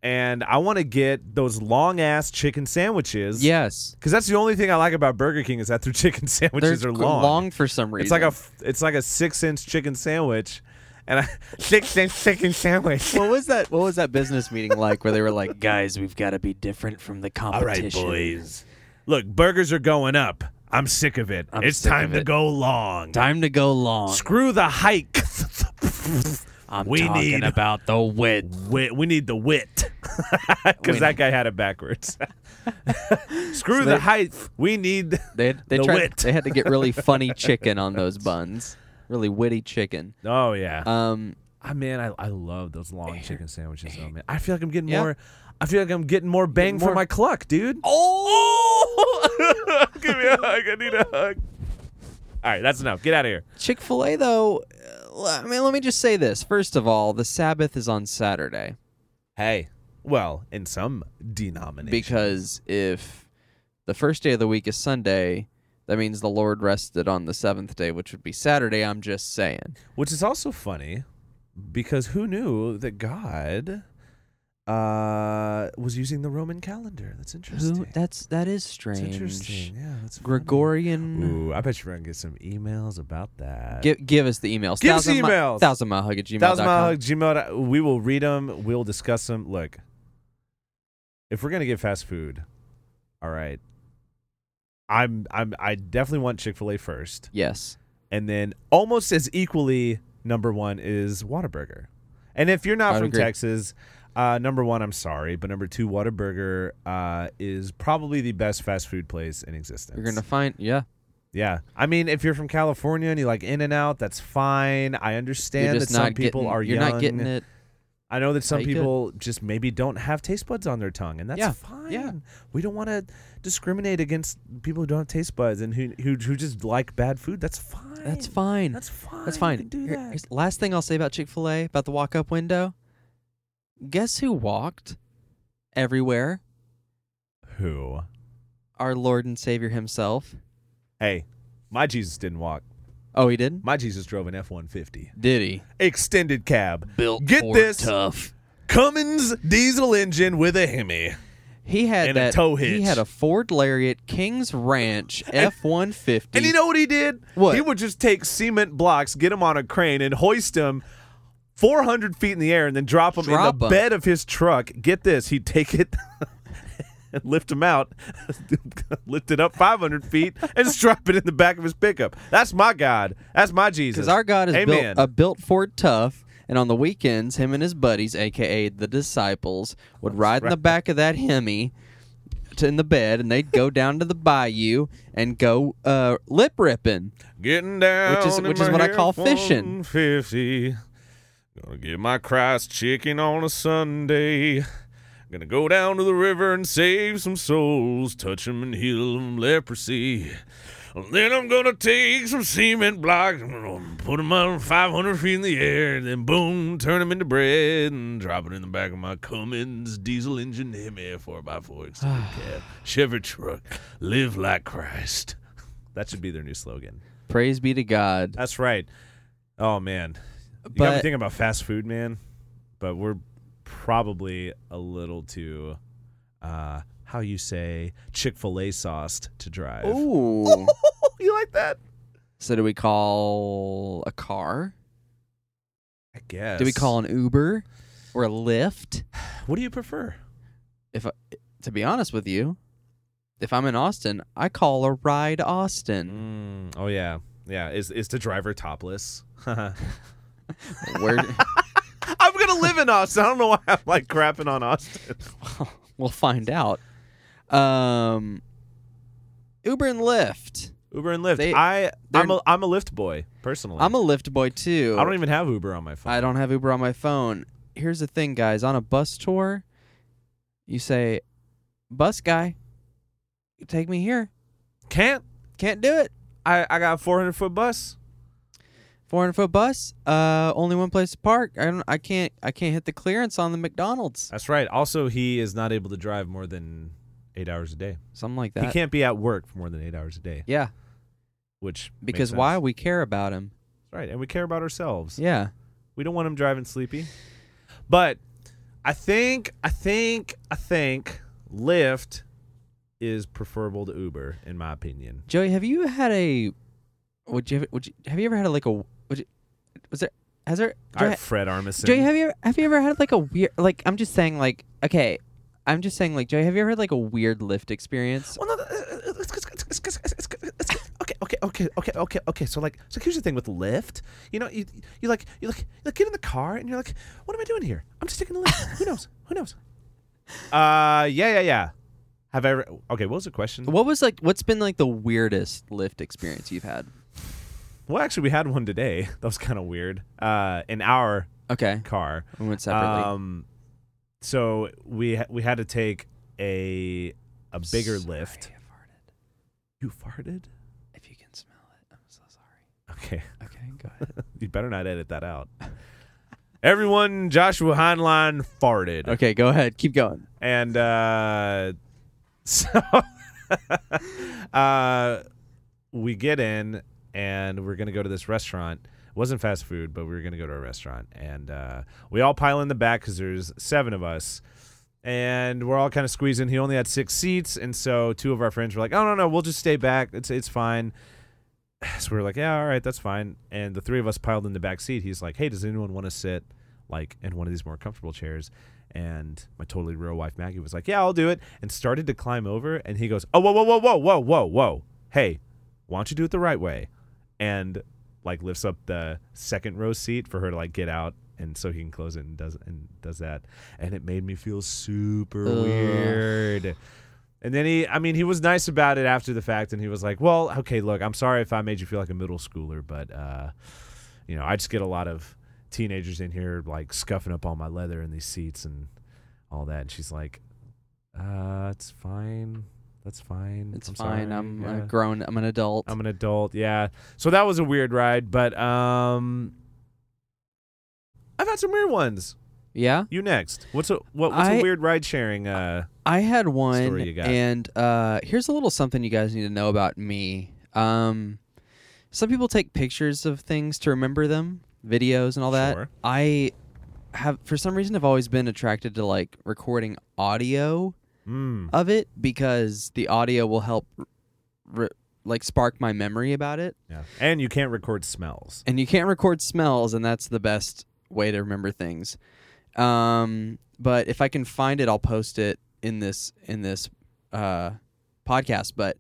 [SPEAKER 1] and I want to get those long ass chicken sandwiches.
[SPEAKER 2] Yes.
[SPEAKER 1] because that's the only thing I like about Burger King is that their chicken sandwiches
[SPEAKER 2] They're
[SPEAKER 1] are
[SPEAKER 2] g-
[SPEAKER 1] long.
[SPEAKER 2] for some reason.
[SPEAKER 1] It's like a. f- It's like a six inch chicken sandwich, and I six inch chicken sandwich.
[SPEAKER 2] what was that? What was that business meeting like? Where they were like, "Guys, we've got to be different from the competition."
[SPEAKER 1] Look, burgers are going up. I'm sick of it.
[SPEAKER 2] I'm
[SPEAKER 1] it's
[SPEAKER 2] sick
[SPEAKER 1] time
[SPEAKER 2] of
[SPEAKER 1] to
[SPEAKER 2] it.
[SPEAKER 1] go long.
[SPEAKER 2] Time to go long.
[SPEAKER 1] Screw the hike.
[SPEAKER 2] I'm
[SPEAKER 1] we
[SPEAKER 2] talking
[SPEAKER 1] need-
[SPEAKER 2] about the width.
[SPEAKER 1] Wit, we need the wit. Because that guy had it backwards. Screw the height. We need.
[SPEAKER 2] They they
[SPEAKER 1] The
[SPEAKER 2] tried.
[SPEAKER 1] wit.
[SPEAKER 2] They had to get really funny chicken on those buns. Really witty chicken.
[SPEAKER 1] Oh, yeah.
[SPEAKER 2] Um,
[SPEAKER 1] I man, I, I love those long chicken sandwiches, though, man. I feel like I'm getting
[SPEAKER 2] Yeah.
[SPEAKER 1] more. I feel like I'm getting more bang for
[SPEAKER 2] more-
[SPEAKER 1] my cluck, dude.
[SPEAKER 2] oh,
[SPEAKER 1] Give me a hug. I need a hug. All right, that's enough. Get out of here.
[SPEAKER 2] Chick Fil A though. uh, I mean, let me just say this. First of all, the Sabbath is on Saturday.
[SPEAKER 1] Hey. Well, in some denomination.
[SPEAKER 2] Because if the first day of the week is Sunday, that means the Lord rested on the seventh day, which would be Saturday. I'm just saying.
[SPEAKER 1] Which is also funny because who knew that God uh, was using the Roman calendar? That's interesting.
[SPEAKER 2] Who? That's that is strange.
[SPEAKER 1] That's interesting. Yeah, that's funny.
[SPEAKER 2] Gregorian.
[SPEAKER 1] Ooh, I bet you're gonna get some emails about that.
[SPEAKER 2] Give, give us the emails.
[SPEAKER 1] Give us
[SPEAKER 2] thousand mi-
[SPEAKER 1] emails.
[SPEAKER 2] thousand mile hug at gmail.
[SPEAKER 1] Thousand Mile Hug, Gmail. We will read them. We'll discuss them. Look, if we're gonna get fast food, all right. I'm I'm I definitely want Chick Fil A first,
[SPEAKER 2] Yes.
[SPEAKER 1] and then almost as equally number one is Whataburger. And if you're not
[SPEAKER 2] I'd
[SPEAKER 1] from
[SPEAKER 2] agree.
[SPEAKER 1] Texas, uh, number one, I'm sorry, but number two, Whataburger uh, is probably the best fast food place in existence.
[SPEAKER 2] You're gonna find. Yeah.
[SPEAKER 1] Yeah, I mean, if you're from California and you like In and Out, that's fine. I
[SPEAKER 2] You're
[SPEAKER 1] understand that
[SPEAKER 2] just
[SPEAKER 1] some
[SPEAKER 2] not
[SPEAKER 1] people
[SPEAKER 2] getting.
[SPEAKER 1] are
[SPEAKER 2] you're
[SPEAKER 1] young.
[SPEAKER 2] not getting it.
[SPEAKER 1] I know that some
[SPEAKER 2] Like it.
[SPEAKER 1] people just maybe don't have taste buds on their tongue, and that's
[SPEAKER 2] Yeah,
[SPEAKER 1] fine.
[SPEAKER 2] yeah.
[SPEAKER 1] We don't want to discriminate against people who don't have taste buds and who who, who just like bad food. That's fine.
[SPEAKER 2] That's fine.
[SPEAKER 1] That's fine.
[SPEAKER 2] That's
[SPEAKER 1] You
[SPEAKER 2] fine.
[SPEAKER 1] can do
[SPEAKER 2] Here-
[SPEAKER 1] that.
[SPEAKER 2] here's- last thing I'll say about Chick Fil A about the walk-up window. Guess who walked everywhere?
[SPEAKER 1] Who?
[SPEAKER 2] Our Lord and Savior Himself.
[SPEAKER 1] Hey, my Jesus didn't walk.
[SPEAKER 2] Oh, he did.
[SPEAKER 1] My Jesus drove an F one fifty
[SPEAKER 2] Did he?
[SPEAKER 1] extended cab.
[SPEAKER 3] Built
[SPEAKER 1] Get
[SPEAKER 3] for
[SPEAKER 1] this
[SPEAKER 3] tough.
[SPEAKER 1] Cummins diesel engine with a Hemi.
[SPEAKER 2] He had
[SPEAKER 1] And a
[SPEAKER 2] that.
[SPEAKER 1] tow
[SPEAKER 2] He
[SPEAKER 1] hitch.
[SPEAKER 2] had a Ford Lariat King's Ranch F one fifty.
[SPEAKER 1] And you know what he did?
[SPEAKER 2] What?
[SPEAKER 1] He would just take cement blocks, get them on a crane, and hoist them 400 feet in the air, and then drop them in
[SPEAKER 2] Drop
[SPEAKER 1] the
[SPEAKER 2] 'em.
[SPEAKER 1] bed of his truck. Get this, he'd take it and lift them out, lift it up 500 feet, and just drop it in the back of his pickup. That's my God. That's my Jesus.
[SPEAKER 2] Because our God is
[SPEAKER 1] Amen.
[SPEAKER 2] built a built Ford tough, and on the weekends, him and his buddies, aka the disciples, would ride in the back of that Hemi to in the bed, and they'd go down to the bayou and go uh, lip ripping.
[SPEAKER 1] Getting down,
[SPEAKER 2] Which is-
[SPEAKER 1] in
[SPEAKER 2] which is
[SPEAKER 1] my
[SPEAKER 2] what I call fishing.
[SPEAKER 1] 150. Gonna get my Christ chicken on a Sunday. Gonna go down to the river and save some souls, touch 'em and heal 'em leprosy. And then I'm gonna take some cement blocks and I'm gonna put 'em on 500 feet in the air, and then boom, turn 'em into bread and drop it in the back of my Cummins diesel engine Hemi 4x4 extended cab Chevy truck. Live like Christ. That should be their new slogan.
[SPEAKER 2] Praise be to God.
[SPEAKER 1] That's right. Oh man, you got me
[SPEAKER 2] But-
[SPEAKER 1] thinking about fast food, man. But we're probably a little too, uh, how you say, Chick Fil A sauced to drive.
[SPEAKER 2] Ooh.
[SPEAKER 1] you like that?
[SPEAKER 2] so do we call a car?
[SPEAKER 1] I guess.
[SPEAKER 2] Do we call an Uber or a Lyft?
[SPEAKER 1] What do you prefer?
[SPEAKER 2] If I, to be honest with you, if I'm in Austin, I call a ride Austin.
[SPEAKER 1] Mm, oh yeah, yeah. Is is the driver topless? I'm
[SPEAKER 2] Where
[SPEAKER 1] gonna live in Austin. I don't know why I'm like crapping on Austin.
[SPEAKER 2] we'll find out. Um, Uber and Lyft.
[SPEAKER 1] Uber and Lyft.
[SPEAKER 2] They-
[SPEAKER 1] I
[SPEAKER 2] they're-
[SPEAKER 1] I'm a I'm a Lyft boy personally.
[SPEAKER 2] I'm a Lyft boy too.
[SPEAKER 1] I don't even have Uber on my phone.
[SPEAKER 2] I don't have Uber on my phone. Here's the thing, guys. On a bus tour, you say, bus guy, take me here.
[SPEAKER 1] Can't.
[SPEAKER 2] Can't do it.
[SPEAKER 1] I, I got a 400 foot bus.
[SPEAKER 2] 400 foot bus. Uh, only one place to park. I don't. I can't. I can't hit the clearance on the McDonald's.
[SPEAKER 1] That's right. Also, he is not able to drive more than eight hours a day.
[SPEAKER 2] Something like
[SPEAKER 1] He
[SPEAKER 2] that.
[SPEAKER 1] can't be at work for more than eight hours a day,
[SPEAKER 2] Yeah,
[SPEAKER 1] which makes
[SPEAKER 2] because
[SPEAKER 1] sense.
[SPEAKER 2] why? We care about him.
[SPEAKER 1] Right, and we care about ourselves.
[SPEAKER 2] Yeah.
[SPEAKER 1] We don't want him driving sleepy. But I think, I think, I think Lyft is preferable to Uber, in my opinion.
[SPEAKER 2] Joey, have you had a? Would you? Have, would you? Have you ever had like a? Would you? Was there? Has there?
[SPEAKER 1] All right, Fred Armisen.
[SPEAKER 2] Joey, have you ever, have you ever had like a weird like I'm just saying like okay, I'm just saying like Joey, have you ever had like a weird lift experience?
[SPEAKER 1] Well, no, uh, okay, okay, okay, okay, okay, okay. So like, so here's the thing with Lyft. You know, you you like you like you like get in the car and you're like, what am I doing here? I'm just taking a Lyft. Who knows? Who knows? Uh, yeah, yeah, yeah. Have I ever? Okay, what was the question?
[SPEAKER 2] What was like what's been like the weirdest lift experience you've had?
[SPEAKER 1] Well, actually, we had one today. That was kind of weird. Uh, in our
[SPEAKER 2] Okay.
[SPEAKER 1] car.
[SPEAKER 2] We went separately.
[SPEAKER 1] Um, so we ha- we had to take a a bigger
[SPEAKER 2] Sorry,
[SPEAKER 1] lift.
[SPEAKER 2] I farted.
[SPEAKER 1] You farted.
[SPEAKER 2] If you can smell it. I'm so sorry.
[SPEAKER 1] Okay.
[SPEAKER 2] Okay, go ahead.
[SPEAKER 1] You better not edit that out. Everyone, Joshua Heinlein farted.
[SPEAKER 2] okay, go ahead. Keep going.
[SPEAKER 1] And uh, so uh, we get in and we're going to go to this restaurant. It wasn't fast food, but we were going to go to a restaurant. And uh, we all pile in the back because there's seven of us. And we're all kind of squeezing. He only had six seats. And so two of our friends were like, oh, no, no, we'll just stay back. It's, it's fine. So we were like, yeah, all right, that's fine. And the three of us piled in the back seat. He's like, hey, does anyone want to sit like in one of these more comfortable chairs? And my totally real wife Maggie was like, yeah, I'll do it, and started to climb over. And he goes, oh, whoa, whoa, whoa, whoa, whoa, whoa, whoa, hey, why don't you do it the right way? And like lifts up the second row seat for her to like get out. And so he can close it and does and does that, and it made me feel super
[SPEAKER 2] Ugh.
[SPEAKER 1] weird. And then he, I mean, he was nice about it after the fact, and he was like, "Well, okay, look, I'm sorry if I made you feel like a middle schooler, but uh, you know, I just get a lot of teenagers in here like scuffing up all my leather in these seats and all that." And she's like, "Uh, it's fine. That's fine.
[SPEAKER 2] It's
[SPEAKER 1] I'm
[SPEAKER 2] fine.
[SPEAKER 1] sorry.
[SPEAKER 2] I'm
[SPEAKER 1] Yeah.
[SPEAKER 2] a grown I'm an adult.
[SPEAKER 1] I'm an adult. Yeah. So that was a weird ride, but um, I've had some weird ones.
[SPEAKER 2] yeah?
[SPEAKER 1] You next? What's a what, what's a
[SPEAKER 2] I-
[SPEAKER 1] weird ride sharing? Uh,
[SPEAKER 2] I had one,
[SPEAKER 1] Story you got.
[SPEAKER 2] and uh, here's a little something you guys need to know about me. Um, some people take pictures of things to remember them, videos and all that.
[SPEAKER 1] Sure.
[SPEAKER 2] I have, for some reason, have always been attracted to like recording audio
[SPEAKER 1] mm,
[SPEAKER 2] of it because the audio will help, re- like, spark my memory about it.
[SPEAKER 1] yeah. And you can't record smells.
[SPEAKER 2] And you can't record smells, and that's the best way to remember things. Um, but if I can find it, I'll post it in this in this uh, podcast. But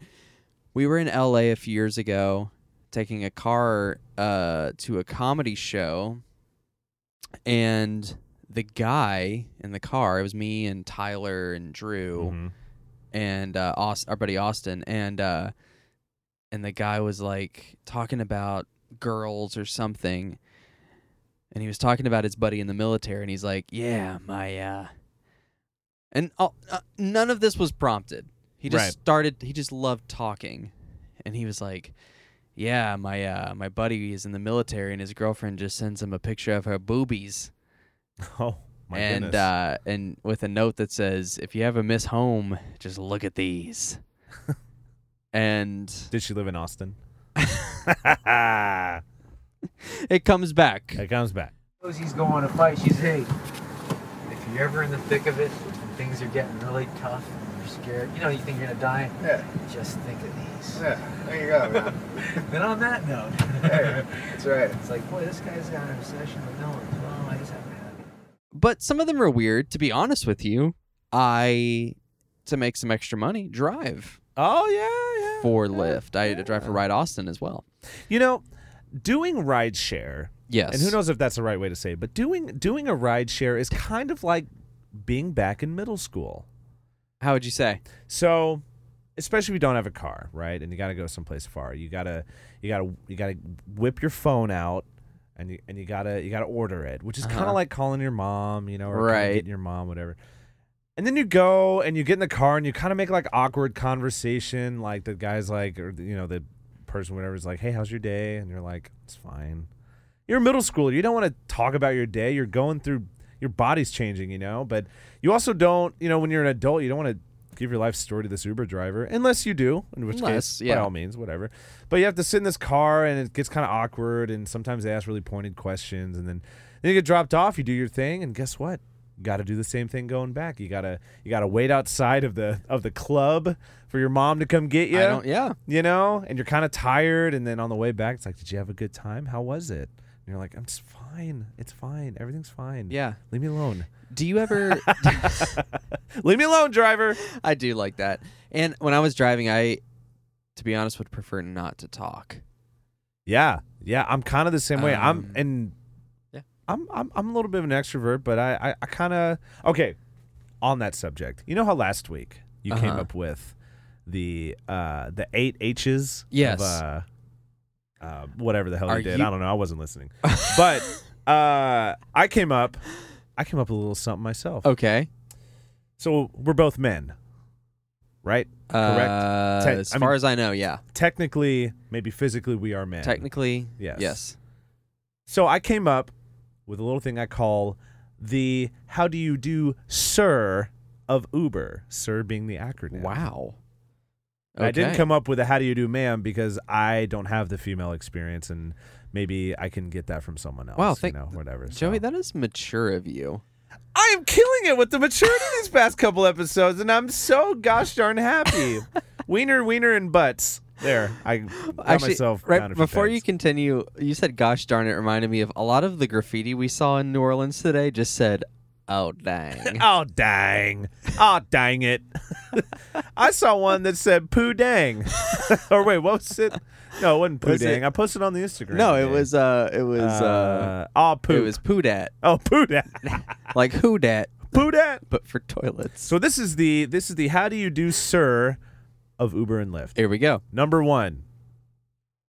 [SPEAKER 2] we were in LA a few years ago, taking a car uh, to a comedy show, and the guy in the car it was me and Tyler and Drew
[SPEAKER 1] Mhm.
[SPEAKER 2] and uh, Aust- our buddy Austin, and uh, and the guy was like talking about girls or something, and he was talking about his buddy in the military, and he's like, "Yeah, my," uh... and all, uh, none of this was prompted. He just
[SPEAKER 1] Right.
[SPEAKER 2] started. He just loved talking, and he was like. Yeah, my uh, my buddy is in the military, and his girlfriend just sends him a picture of her boobies,
[SPEAKER 1] Oh my
[SPEAKER 2] and
[SPEAKER 1] goodness.
[SPEAKER 2] uh, and with a note that says, "If you ever miss home, just look at these." and
[SPEAKER 1] Did she live in Austin?
[SPEAKER 2] it comes back.
[SPEAKER 1] It comes back.
[SPEAKER 5] knows he's going to fight. She's, hey, if you're ever in the thick of it and things are getting really tough and you're scared, you know, you think you're gonna die.
[SPEAKER 6] Yeah,
[SPEAKER 5] Just think of these.
[SPEAKER 6] yeah. There you go, man.
[SPEAKER 5] Then on that note,
[SPEAKER 6] Hey, that's right.
[SPEAKER 5] it's like, boy, this guy's got an obsession with knowing. Well, I just haven't had it.
[SPEAKER 2] But some of them are weird. To be honest with you, I to make some extra money drive
[SPEAKER 1] Oh yeah, yeah.
[SPEAKER 2] for Lyft. I had to drive for Ride Austin as well.
[SPEAKER 1] You know, doing ride share,
[SPEAKER 2] Yes,
[SPEAKER 1] and who knows if that's the right way to say it, but doing doing a ride share is kind of like being back in middle school.
[SPEAKER 2] how would you say?
[SPEAKER 1] So, especially if you don't have a car, right? And you got to go someplace far. You got to you got to you got to whip your phone out and you and you got to you got to order it, which is kind
[SPEAKER 2] Uh-huh.
[SPEAKER 1] of like calling your mom, you know, or kinda
[SPEAKER 2] Right.
[SPEAKER 1] getting your mom whatever. And then you go and you get in the car and you kind of make like awkward conversation. Like the guy's like, or you know, the person, whatever, is like, hey, how's your day? And you're like, it's fine. You're a middle schooler. You don't want to talk about your day. You're going through, your body's changing, you know? But you also don't, you know, when you're an adult, you don't want to give your life story to this Uber driver, unless you do, in which
[SPEAKER 2] Unless,
[SPEAKER 1] case, by
[SPEAKER 2] yeah.
[SPEAKER 1] all means, whatever. But you have to sit in this car and it gets kind of awkward. And sometimes they ask really pointed questions. And then, then you get dropped off, you do your thing, and guess what? You got to do the same thing going back. You gotta you gotta wait outside of the of the club for your mom to come get you
[SPEAKER 2] I don't, yeah.
[SPEAKER 1] you know, and you're kind of tired. And then on the way back, it's like, did you have a good time? How was it? And you're like, I'm just fine. It's fine. Everything's fine.
[SPEAKER 2] Yeah.
[SPEAKER 1] Leave me alone.
[SPEAKER 2] Do you ever
[SPEAKER 1] Leave me alone, driver.
[SPEAKER 2] I do like that. And when I was driving, I to be honest would prefer not to talk.
[SPEAKER 1] Yeah. Yeah. I'm kind of the same way. I'm,
[SPEAKER 2] Um,
[SPEAKER 1] and
[SPEAKER 2] yeah.
[SPEAKER 1] I'm, I'm, I'm a little bit of an extrovert, but I, I, I kind of, okay, on that subject, you know how last week you came
[SPEAKER 2] Uh-huh.
[SPEAKER 1] up with the, uh, the eight H's?
[SPEAKER 2] Yes.
[SPEAKER 1] Of, uh, uh, whatever the hell
[SPEAKER 2] Are
[SPEAKER 1] you did.
[SPEAKER 2] you-
[SPEAKER 1] I don't know. I wasn't listening. but uh, I came up, I came up with a little something myself.
[SPEAKER 2] Okay.
[SPEAKER 1] So we're both men, right? Correct.
[SPEAKER 2] Uh,
[SPEAKER 1] Te-
[SPEAKER 2] as
[SPEAKER 1] I
[SPEAKER 2] far
[SPEAKER 1] mean-
[SPEAKER 2] as I know, yeah.
[SPEAKER 1] Technically, maybe physically, we are men.
[SPEAKER 2] Technically,
[SPEAKER 1] Yes.
[SPEAKER 2] yes.
[SPEAKER 1] So I came up with a little thing I call the "How do you do, sir?" of Uber. Sir being the acronym.
[SPEAKER 2] Wow.
[SPEAKER 1] And I didn't
[SPEAKER 2] Okay.
[SPEAKER 1] come up with a "How do you do, ma'am?" because I don't have the female experience, and maybe I can get that from someone else.
[SPEAKER 2] Wow,
[SPEAKER 1] you
[SPEAKER 2] thank-
[SPEAKER 1] know, whatever. so.
[SPEAKER 2] Joey, that is mature of you.
[SPEAKER 1] I am killing it with the maturity these past couple episodes, and I'm so gosh darn happy. wiener, wiener, and butts. There, I got
[SPEAKER 2] Actually,
[SPEAKER 1] myself down
[SPEAKER 2] right
[SPEAKER 1] a few
[SPEAKER 2] before you
[SPEAKER 1] pegs.
[SPEAKER 2] continue, you said "Gosh darn it!" Reminded me of a lot of the graffiti we saw in New Orleans today. Just said, "Oh dang."
[SPEAKER 1] Oh dang! Oh dang it! I saw one that said "poo dang," or wait, what was it? No, it wasn't "poo
[SPEAKER 2] Was it-
[SPEAKER 1] dang." I posted on the Instagram.
[SPEAKER 2] no, it
[SPEAKER 1] today.
[SPEAKER 2] was uh, it was
[SPEAKER 1] uh,
[SPEAKER 2] uh,
[SPEAKER 1] aw poo.
[SPEAKER 2] it was poo dat,
[SPEAKER 1] oh poo dang,
[SPEAKER 2] like who dat,
[SPEAKER 1] poo dang.
[SPEAKER 2] but for toilets.
[SPEAKER 1] So this is the this is the how do you do sir of Uber and Lyft.
[SPEAKER 2] Here we go.
[SPEAKER 1] Number one,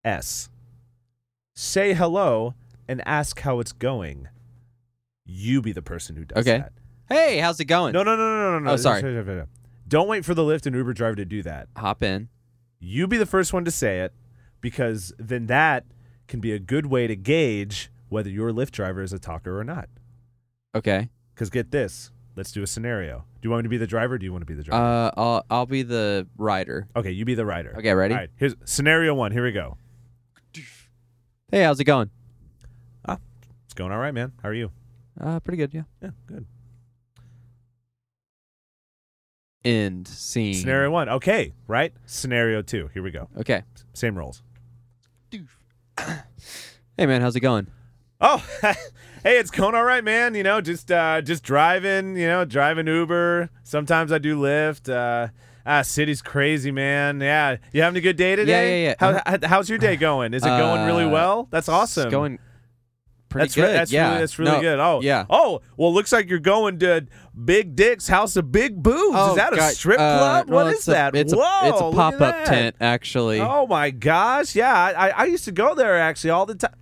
[SPEAKER 1] S. Say hello and ask how it's going. You be the person who does
[SPEAKER 2] Okay.
[SPEAKER 1] that.
[SPEAKER 2] Hey, how's it going?
[SPEAKER 1] No, no, no, no, no, no.
[SPEAKER 2] Oh, sorry.
[SPEAKER 1] sorry. Don't wait for the Lyft and Uber driver to do that.
[SPEAKER 2] Hop in.
[SPEAKER 1] You be the first one to say it because then that can be a good way to gauge whether your Lyft driver is a talker or not.
[SPEAKER 2] Okay.
[SPEAKER 1] Because get this. Let's do a scenario. Do you want me to be the driver? Or do you want to be the driver?
[SPEAKER 2] Uh, I'll I'll be the rider.
[SPEAKER 1] okay, you be the rider.
[SPEAKER 2] Okay, ready?
[SPEAKER 1] All right, here's scenario one. Here we go.
[SPEAKER 2] Hey, how's it going?
[SPEAKER 1] It's going all right, man. How are you?
[SPEAKER 2] Uh, pretty good, yeah.
[SPEAKER 1] Yeah, good.
[SPEAKER 2] End scene.
[SPEAKER 1] Scenario one. Okay, right? Scenario two. Here we go.
[SPEAKER 2] Okay.
[SPEAKER 1] Same rules.
[SPEAKER 2] Hey man, how's it going?
[SPEAKER 1] Oh, hey, it's going all right, man. You know, just uh, just driving. You know, driving Uber. Sometimes I do Lyft. Uh, ah, city's crazy, man. Yeah, you having a good day today?
[SPEAKER 2] yeah, yeah.
[SPEAKER 1] How, h- how's your day going? Is it going really
[SPEAKER 2] Uh,
[SPEAKER 1] well? That's awesome.
[SPEAKER 2] It's going pretty
[SPEAKER 1] that's re-
[SPEAKER 2] good.
[SPEAKER 1] that's
[SPEAKER 2] yeah.
[SPEAKER 1] really, that's really
[SPEAKER 2] No,
[SPEAKER 1] good. Oh,
[SPEAKER 2] yeah.
[SPEAKER 1] Oh, well, looks like you're going to Big Dick's House of Big Boobs.
[SPEAKER 2] Oh,
[SPEAKER 1] is that
[SPEAKER 2] God.
[SPEAKER 1] a strip
[SPEAKER 2] Uh,
[SPEAKER 1] club?
[SPEAKER 2] well,
[SPEAKER 1] what
[SPEAKER 2] it's
[SPEAKER 1] is
[SPEAKER 2] a-
[SPEAKER 1] that?
[SPEAKER 2] It's a,
[SPEAKER 1] Whoa,
[SPEAKER 2] it's a
[SPEAKER 1] look at
[SPEAKER 2] pop up
[SPEAKER 1] that.
[SPEAKER 2] tent, actually.
[SPEAKER 1] Oh my gosh! Yeah, I, I- I used to go there actually all the time.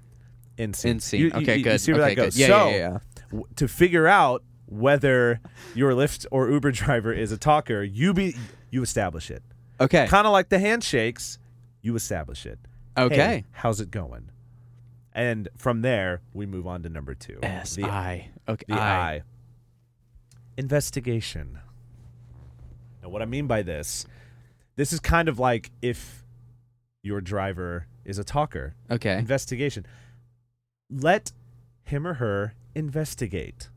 [SPEAKER 1] Insane.
[SPEAKER 2] Insane. okay, good.
[SPEAKER 1] You see where that
[SPEAKER 2] okay,
[SPEAKER 1] goes.
[SPEAKER 2] Good. Yeah,
[SPEAKER 1] so,
[SPEAKER 2] yeah, yeah.
[SPEAKER 1] w- to figure out whether your Lyft or Uber driver is a talker, you be you establish it.
[SPEAKER 2] Okay.
[SPEAKER 1] Kind of like the handshakes, you establish it. Hey,
[SPEAKER 2] Okay.
[SPEAKER 1] how's it going? And from there, we move on to number two.
[SPEAKER 2] S
[SPEAKER 1] the
[SPEAKER 2] I. Okay.
[SPEAKER 1] the
[SPEAKER 2] I.
[SPEAKER 1] eye. Investigation. Now, what I mean by this, this is kind of like if your driver is a talker.
[SPEAKER 2] Okay.
[SPEAKER 1] Investigation. Let him or her investigate.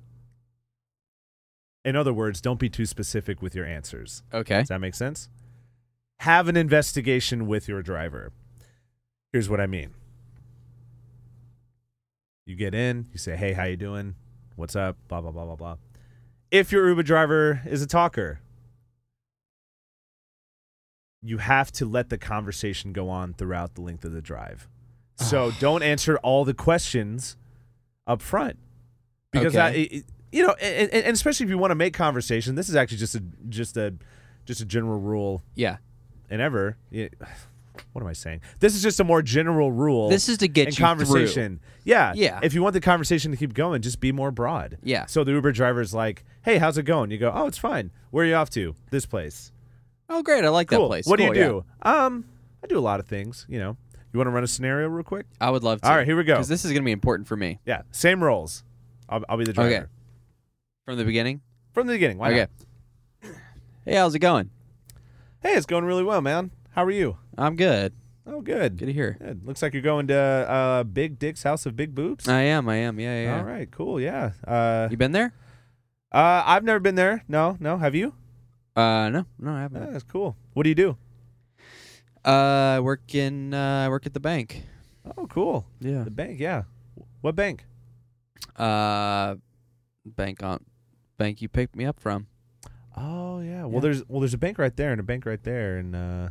[SPEAKER 1] In other words, don't be too specific with your answers.
[SPEAKER 2] Okay.
[SPEAKER 1] Does that make sense? Have an investigation with your driver. Here's what I mean. You get in, you say, "Hey, how you doing? What's up?" blah blah blah blah blah. If your Uber driver is a talker, you have to let the conversation go on throughout the length of the drive. So don't answer all the questions up front because that,
[SPEAKER 2] Okay.
[SPEAKER 1] it- it- you know, and, and and especially if you want to make conversation, this is actually just a just a just a general rule
[SPEAKER 2] Yeah.
[SPEAKER 1] and ever. y- What am I saying? This is just a more general rule.
[SPEAKER 2] This is to get
[SPEAKER 1] and
[SPEAKER 2] you through.
[SPEAKER 1] conversation. Yeah,
[SPEAKER 2] Yeah.
[SPEAKER 1] If you want the conversation to keep going, just be more broad.
[SPEAKER 2] Yeah.
[SPEAKER 1] So the Uber driver's like, "Hey, how's it going?" You go, "Oh, it's fine. Where are you off to? This place.
[SPEAKER 2] Oh, great! I like
[SPEAKER 1] Cool.
[SPEAKER 2] that place.
[SPEAKER 1] What
[SPEAKER 2] Cool,
[SPEAKER 1] do you
[SPEAKER 2] yeah.
[SPEAKER 1] do? Um, I do a lot of things. You know, you want to run a scenario real quick?
[SPEAKER 2] I would love to.
[SPEAKER 1] All right, here we go.
[SPEAKER 2] Because this is gonna be important for me
[SPEAKER 1] Yeah. Same roles. I'll, I'll be the driver
[SPEAKER 2] Okay. from the beginning.
[SPEAKER 1] from the beginning. Why not?
[SPEAKER 2] okay. Hey, how's it going?
[SPEAKER 1] Hey, it's going really well, man. How are you?
[SPEAKER 2] I'm good.
[SPEAKER 1] Oh, good.
[SPEAKER 2] Good to hear.
[SPEAKER 1] Good. Looks like you're going to uh, Big Dick's House of Big Boobs.
[SPEAKER 2] I am. I am. Yeah, yeah. Uh, yeah.
[SPEAKER 1] All right, cool. Yeah. Uh,
[SPEAKER 2] You been there?
[SPEAKER 1] uh, I've never been there. No, no. Have you?
[SPEAKER 2] Uh, no, no, I
[SPEAKER 1] Yeah,
[SPEAKER 2] haven't.
[SPEAKER 1] that's cool. What do you do?
[SPEAKER 2] Uh, I work in. Uh, I work at the bank.
[SPEAKER 1] Oh, cool.
[SPEAKER 2] Yeah.
[SPEAKER 1] The bank, yeah. What bank?
[SPEAKER 2] Uh, bank on, bank you picked me up from.
[SPEAKER 1] Oh yeah. Well,
[SPEAKER 2] Yeah.
[SPEAKER 1] there's well, there's a bank right there and a bank right there, and uh,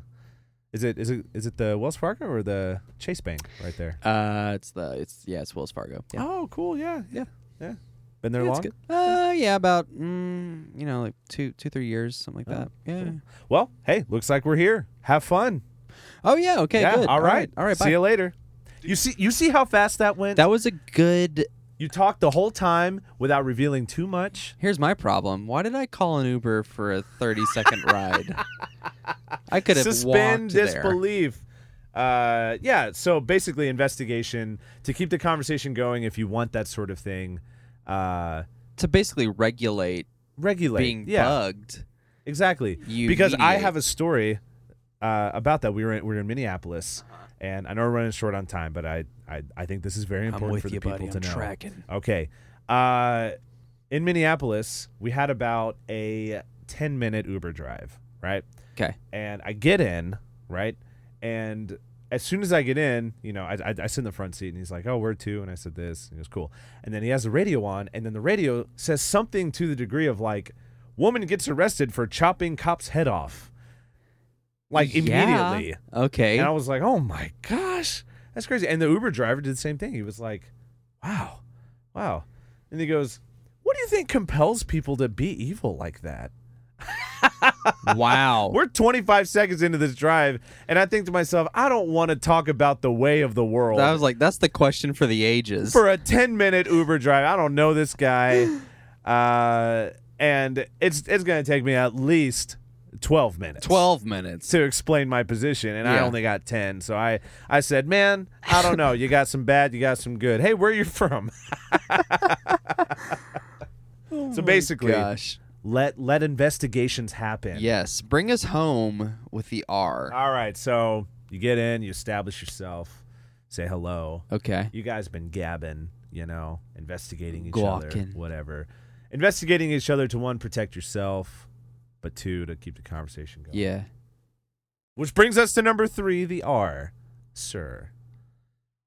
[SPEAKER 1] is it is it is it the Wells Fargo or the Chase Bank right there?
[SPEAKER 2] Uh, it's the. It's yeah. It's Wells Fargo. Yeah.
[SPEAKER 1] Oh, cool. Yeah, yeah, yeah. Been there
[SPEAKER 2] Yeah, it's
[SPEAKER 1] long.
[SPEAKER 2] good. Uh, yeah, about mm, you know, like two, two, three years, something
[SPEAKER 1] Oh,
[SPEAKER 2] like that. Yeah.
[SPEAKER 1] Well, hey, looks like we're here. Have fun.
[SPEAKER 2] Oh yeah. Okay.
[SPEAKER 1] yeah.
[SPEAKER 2] good.
[SPEAKER 1] All right.
[SPEAKER 2] All right.
[SPEAKER 1] See
[SPEAKER 2] bye.
[SPEAKER 1] you later. You see, you see how fast that went.
[SPEAKER 2] That was a good.
[SPEAKER 1] you talked the whole time without revealing too much.
[SPEAKER 2] Here's my problem. Why did I call an Uber for a 30 second ride? I could have
[SPEAKER 1] suspend
[SPEAKER 2] walked
[SPEAKER 1] disbelief. Uh, yeah. So basically, investigation to keep the conversation going. If you want that sort of thing, uh,
[SPEAKER 2] there to basically regulate
[SPEAKER 1] regulate.
[SPEAKER 2] being
[SPEAKER 1] yeah,
[SPEAKER 2] bugged.
[SPEAKER 1] exactly.
[SPEAKER 2] You
[SPEAKER 1] because I
[SPEAKER 2] mediate.
[SPEAKER 1] have a story uh, about that. We were in, we were in Minneapolis, and I know we're running short on time, but I I, I think this is very important for the people to know. Okay. Uh, in Minneapolis, we had about a 10 minute Uber drive, right?
[SPEAKER 2] 'Kay.
[SPEAKER 1] And I get in, right? And as soon as I get in, you know, I, I, I sit in the front seat and he's like, oh, where to? And I said this. And he goes, cool. And then he has the radio on. And then the radio says something to the degree of like, woman gets arrested for chopping cop's head off. Like
[SPEAKER 2] Yeah.
[SPEAKER 1] immediately.
[SPEAKER 2] Okay.
[SPEAKER 1] And I was like, oh my gosh, that's crazy. And the Uber driver did the same thing. He was like, wow, wow. And he goes, what do you think compels people to be evil like that?
[SPEAKER 2] wow.
[SPEAKER 1] We're 25 seconds into this drive, and I think to myself, I don't want to talk about the way of the world
[SPEAKER 2] That was like that's the question for the ages.
[SPEAKER 1] for a 10 minute Uber drive. I don't know this guy. Uh, and it's it's going to take me at least 12 minutes.
[SPEAKER 2] 12 minutes.
[SPEAKER 1] to explain my position, and I
[SPEAKER 2] Yeah.
[SPEAKER 1] only got ten. So I, I said, man, I don't know. You got some bad, you got some good. Hey, where you from?
[SPEAKER 2] Oh
[SPEAKER 1] so basically,
[SPEAKER 2] Gosh.
[SPEAKER 1] let let investigations happen.
[SPEAKER 2] Yes, bring us home with the R.
[SPEAKER 1] All right. So you get in, you establish yourself, say hello.
[SPEAKER 2] Okay.
[SPEAKER 1] You guys been gabbing, you know, investigating each other,
[SPEAKER 2] Gawking.
[SPEAKER 1] whatever. Investigating each other to one protect yourself, but two to keep the conversation going.
[SPEAKER 2] Yeah.
[SPEAKER 1] Which brings us to number three, the R, sir.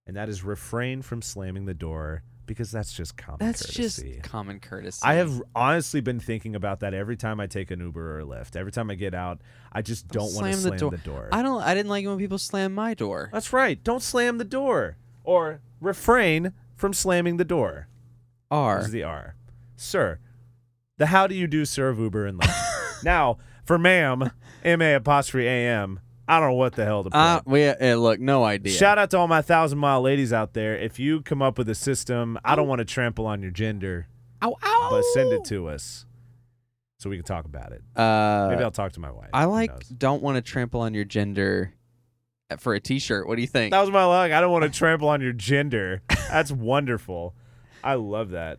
[SPEAKER 1] And that is refrain from slamming the door because that's just common
[SPEAKER 2] That's
[SPEAKER 1] courtesy.
[SPEAKER 2] just common courtesy.
[SPEAKER 1] I have honestly been thinking about that every time I take an Uber or a Lyft. Every time I get out, I just don't want to slam the door.
[SPEAKER 2] I don't I didn't like it when people slam my door.
[SPEAKER 1] That's right. Don't slam the door. Or refrain from slamming the door. This
[SPEAKER 2] R.
[SPEAKER 1] is the R. Sir. The how do you do sir of Uber and Lyft. now, for ma'am, M A apostrophe A M, I don't know what the hell to put.
[SPEAKER 2] Uh, we uh, look, no idea.
[SPEAKER 1] Shout out to all my thousand mile ladies out there. If you come up with a system, I don't want to trample on your gender,
[SPEAKER 2] Ow, ow.
[SPEAKER 1] but send it to us so we can talk about it.
[SPEAKER 2] Uh,
[SPEAKER 1] Maybe I'll talk to my wife.
[SPEAKER 2] I
[SPEAKER 1] Who
[SPEAKER 2] like
[SPEAKER 1] knows?
[SPEAKER 2] don't want to trample on your gender for a t-shirt. What do you think?
[SPEAKER 1] that was my luck. I don't want to trample on your gender. That's wonderful. I love that.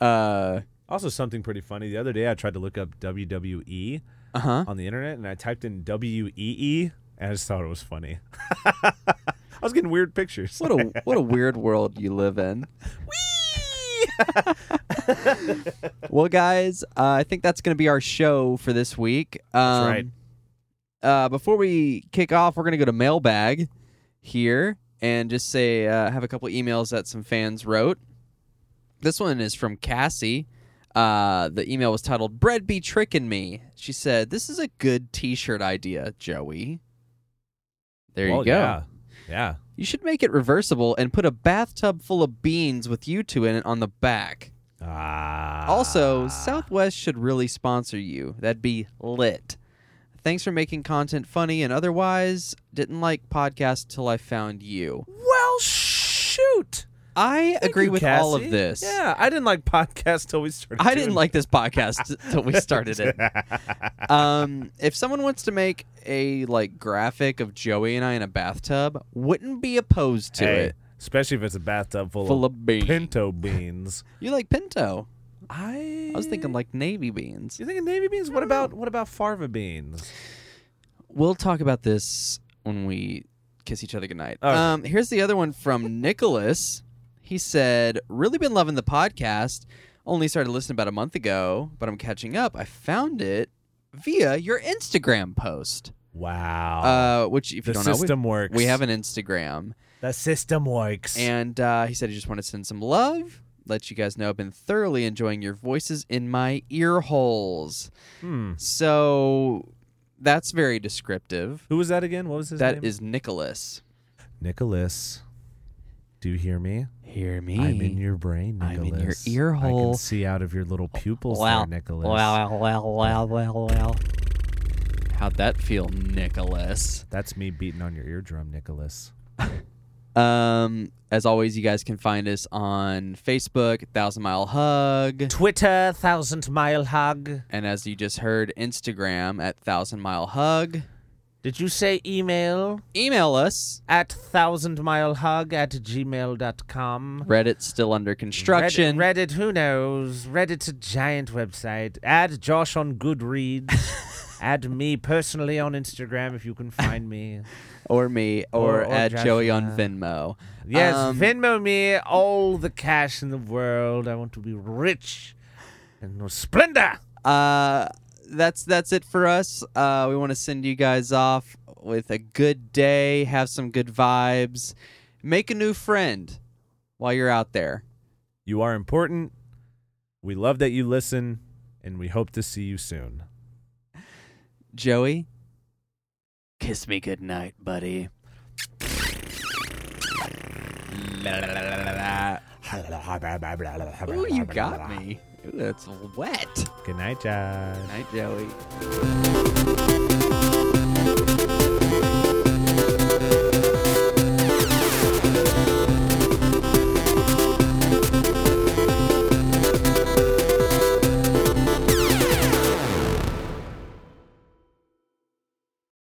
[SPEAKER 2] Uh,
[SPEAKER 1] Also, something pretty funny. The other day, I tried to look up WWE
[SPEAKER 2] uh-huh.
[SPEAKER 1] on the internet, and I typed in W E E, and I just thought it was funny. I was getting weird pictures.
[SPEAKER 2] What a what a weird world you live in. well, guys, uh, I think that's going to be our show for this week. Um,
[SPEAKER 1] right.
[SPEAKER 2] Uh, before we kick off, we're going to go to mailbag here and just say uh, have a couple emails that some fans wrote. This one is from Cassie. Uh, the email was titled "Bread be tricking me." She said, "This is a good T-shirt idea, Joey." There
[SPEAKER 1] Well,
[SPEAKER 2] you go.
[SPEAKER 1] Yeah. yeah.
[SPEAKER 2] You should make it reversible and put a bathtub full of beans with you two in it on the back.
[SPEAKER 1] Ah.
[SPEAKER 2] Also, Southwest should really sponsor you. That'd be lit. I Thanks for making content funny and otherwise. Didn't like podcast till I found you.
[SPEAKER 1] Well, shoot.
[SPEAKER 2] I
[SPEAKER 1] Thank
[SPEAKER 2] agree
[SPEAKER 1] you,
[SPEAKER 2] with all of
[SPEAKER 1] Cassie.
[SPEAKER 2] this.
[SPEAKER 1] Yeah, I didn't like podcasts till we started.
[SPEAKER 2] I didn't
[SPEAKER 1] doing-
[SPEAKER 2] like this podcast until we started it. Um, if someone wants to make a like graphic of Joey and I in a bathtub, wouldn't be opposed to
[SPEAKER 1] Hey,
[SPEAKER 2] it.
[SPEAKER 1] especially if it's a bathtub full,
[SPEAKER 2] Full
[SPEAKER 1] of,
[SPEAKER 2] of beans.
[SPEAKER 1] pinto beans.
[SPEAKER 2] You like pinto?
[SPEAKER 1] I
[SPEAKER 2] I was thinking like navy beans.
[SPEAKER 1] You thinking navy beans? What about what about farva beans?
[SPEAKER 2] We'll talk about this when we kiss each other goodnight.
[SPEAKER 1] Okay.
[SPEAKER 2] Um, here's the other one from Nicholas. He said, "Really been loving the podcast. Only started listening about a month ago, but I'm catching up. I found it via your Instagram post,
[SPEAKER 1] Wow.
[SPEAKER 2] uh, which
[SPEAKER 1] Ah.
[SPEAKER 2] if
[SPEAKER 1] the
[SPEAKER 2] you don't know, we-
[SPEAKER 1] system works.
[SPEAKER 2] We have an Instagram,
[SPEAKER 1] the system works.
[SPEAKER 2] and uh, he said he just wanted to send some love. Let you guys know I've been thoroughly enjoying your voices in my ear holes.
[SPEAKER 1] Hmm.
[SPEAKER 2] So that's very descriptive.
[SPEAKER 1] Who was that again? What was his name?
[SPEAKER 2] That is Nicholas.
[SPEAKER 1] Nicholas. Do you hear me?
[SPEAKER 2] Hear me?
[SPEAKER 1] I'm in your Oh, brain,
[SPEAKER 2] I'm in
[SPEAKER 1] Nicholas.
[SPEAKER 2] your ear
[SPEAKER 1] I can
[SPEAKER 2] hole.
[SPEAKER 1] see out of your little pupils
[SPEAKER 2] Wow.
[SPEAKER 1] there, Nicholas.
[SPEAKER 2] Wow, wow, wow, wow, wow. How'd that feel, Nicholas?
[SPEAKER 1] That's me beating on your eardrum, Nicholas.
[SPEAKER 2] Um, as always, you guys can find us on Facebook, Thousand Mile Hug.
[SPEAKER 1] Twitter, thousand mile hug.
[SPEAKER 2] And as you just heard, Instagram at Thousand Mile Hug.
[SPEAKER 1] Did you say email?
[SPEAKER 2] Email us.
[SPEAKER 1] At thousandmilehug at gmail.com.
[SPEAKER 2] Reddit's still under construction.
[SPEAKER 1] Reddit, who knows? Reddit's a giant website. Add Josh on Goodreads. Add me personally on Instagram if you can find me.
[SPEAKER 2] Or me,
[SPEAKER 1] Or-
[SPEAKER 2] or,
[SPEAKER 1] or
[SPEAKER 2] at Joey on
[SPEAKER 1] Joshua.
[SPEAKER 2] Venmo.
[SPEAKER 1] Yes,
[SPEAKER 2] Um,
[SPEAKER 1] Venmo me all the cash in the world. I want to be rich and no splendor.
[SPEAKER 2] Uh, that's that's it for us. Uh, we want to send you guys off with a good day. Have some good vibes. Make a new friend while you're out there.
[SPEAKER 1] You are important. We love that you listen, and we hope to see you soon.
[SPEAKER 2] Joey, kiss me good night, buddy. Ooh, you got me. Ooh, that's wet.
[SPEAKER 1] Good night, Josh.
[SPEAKER 2] Night, Joey.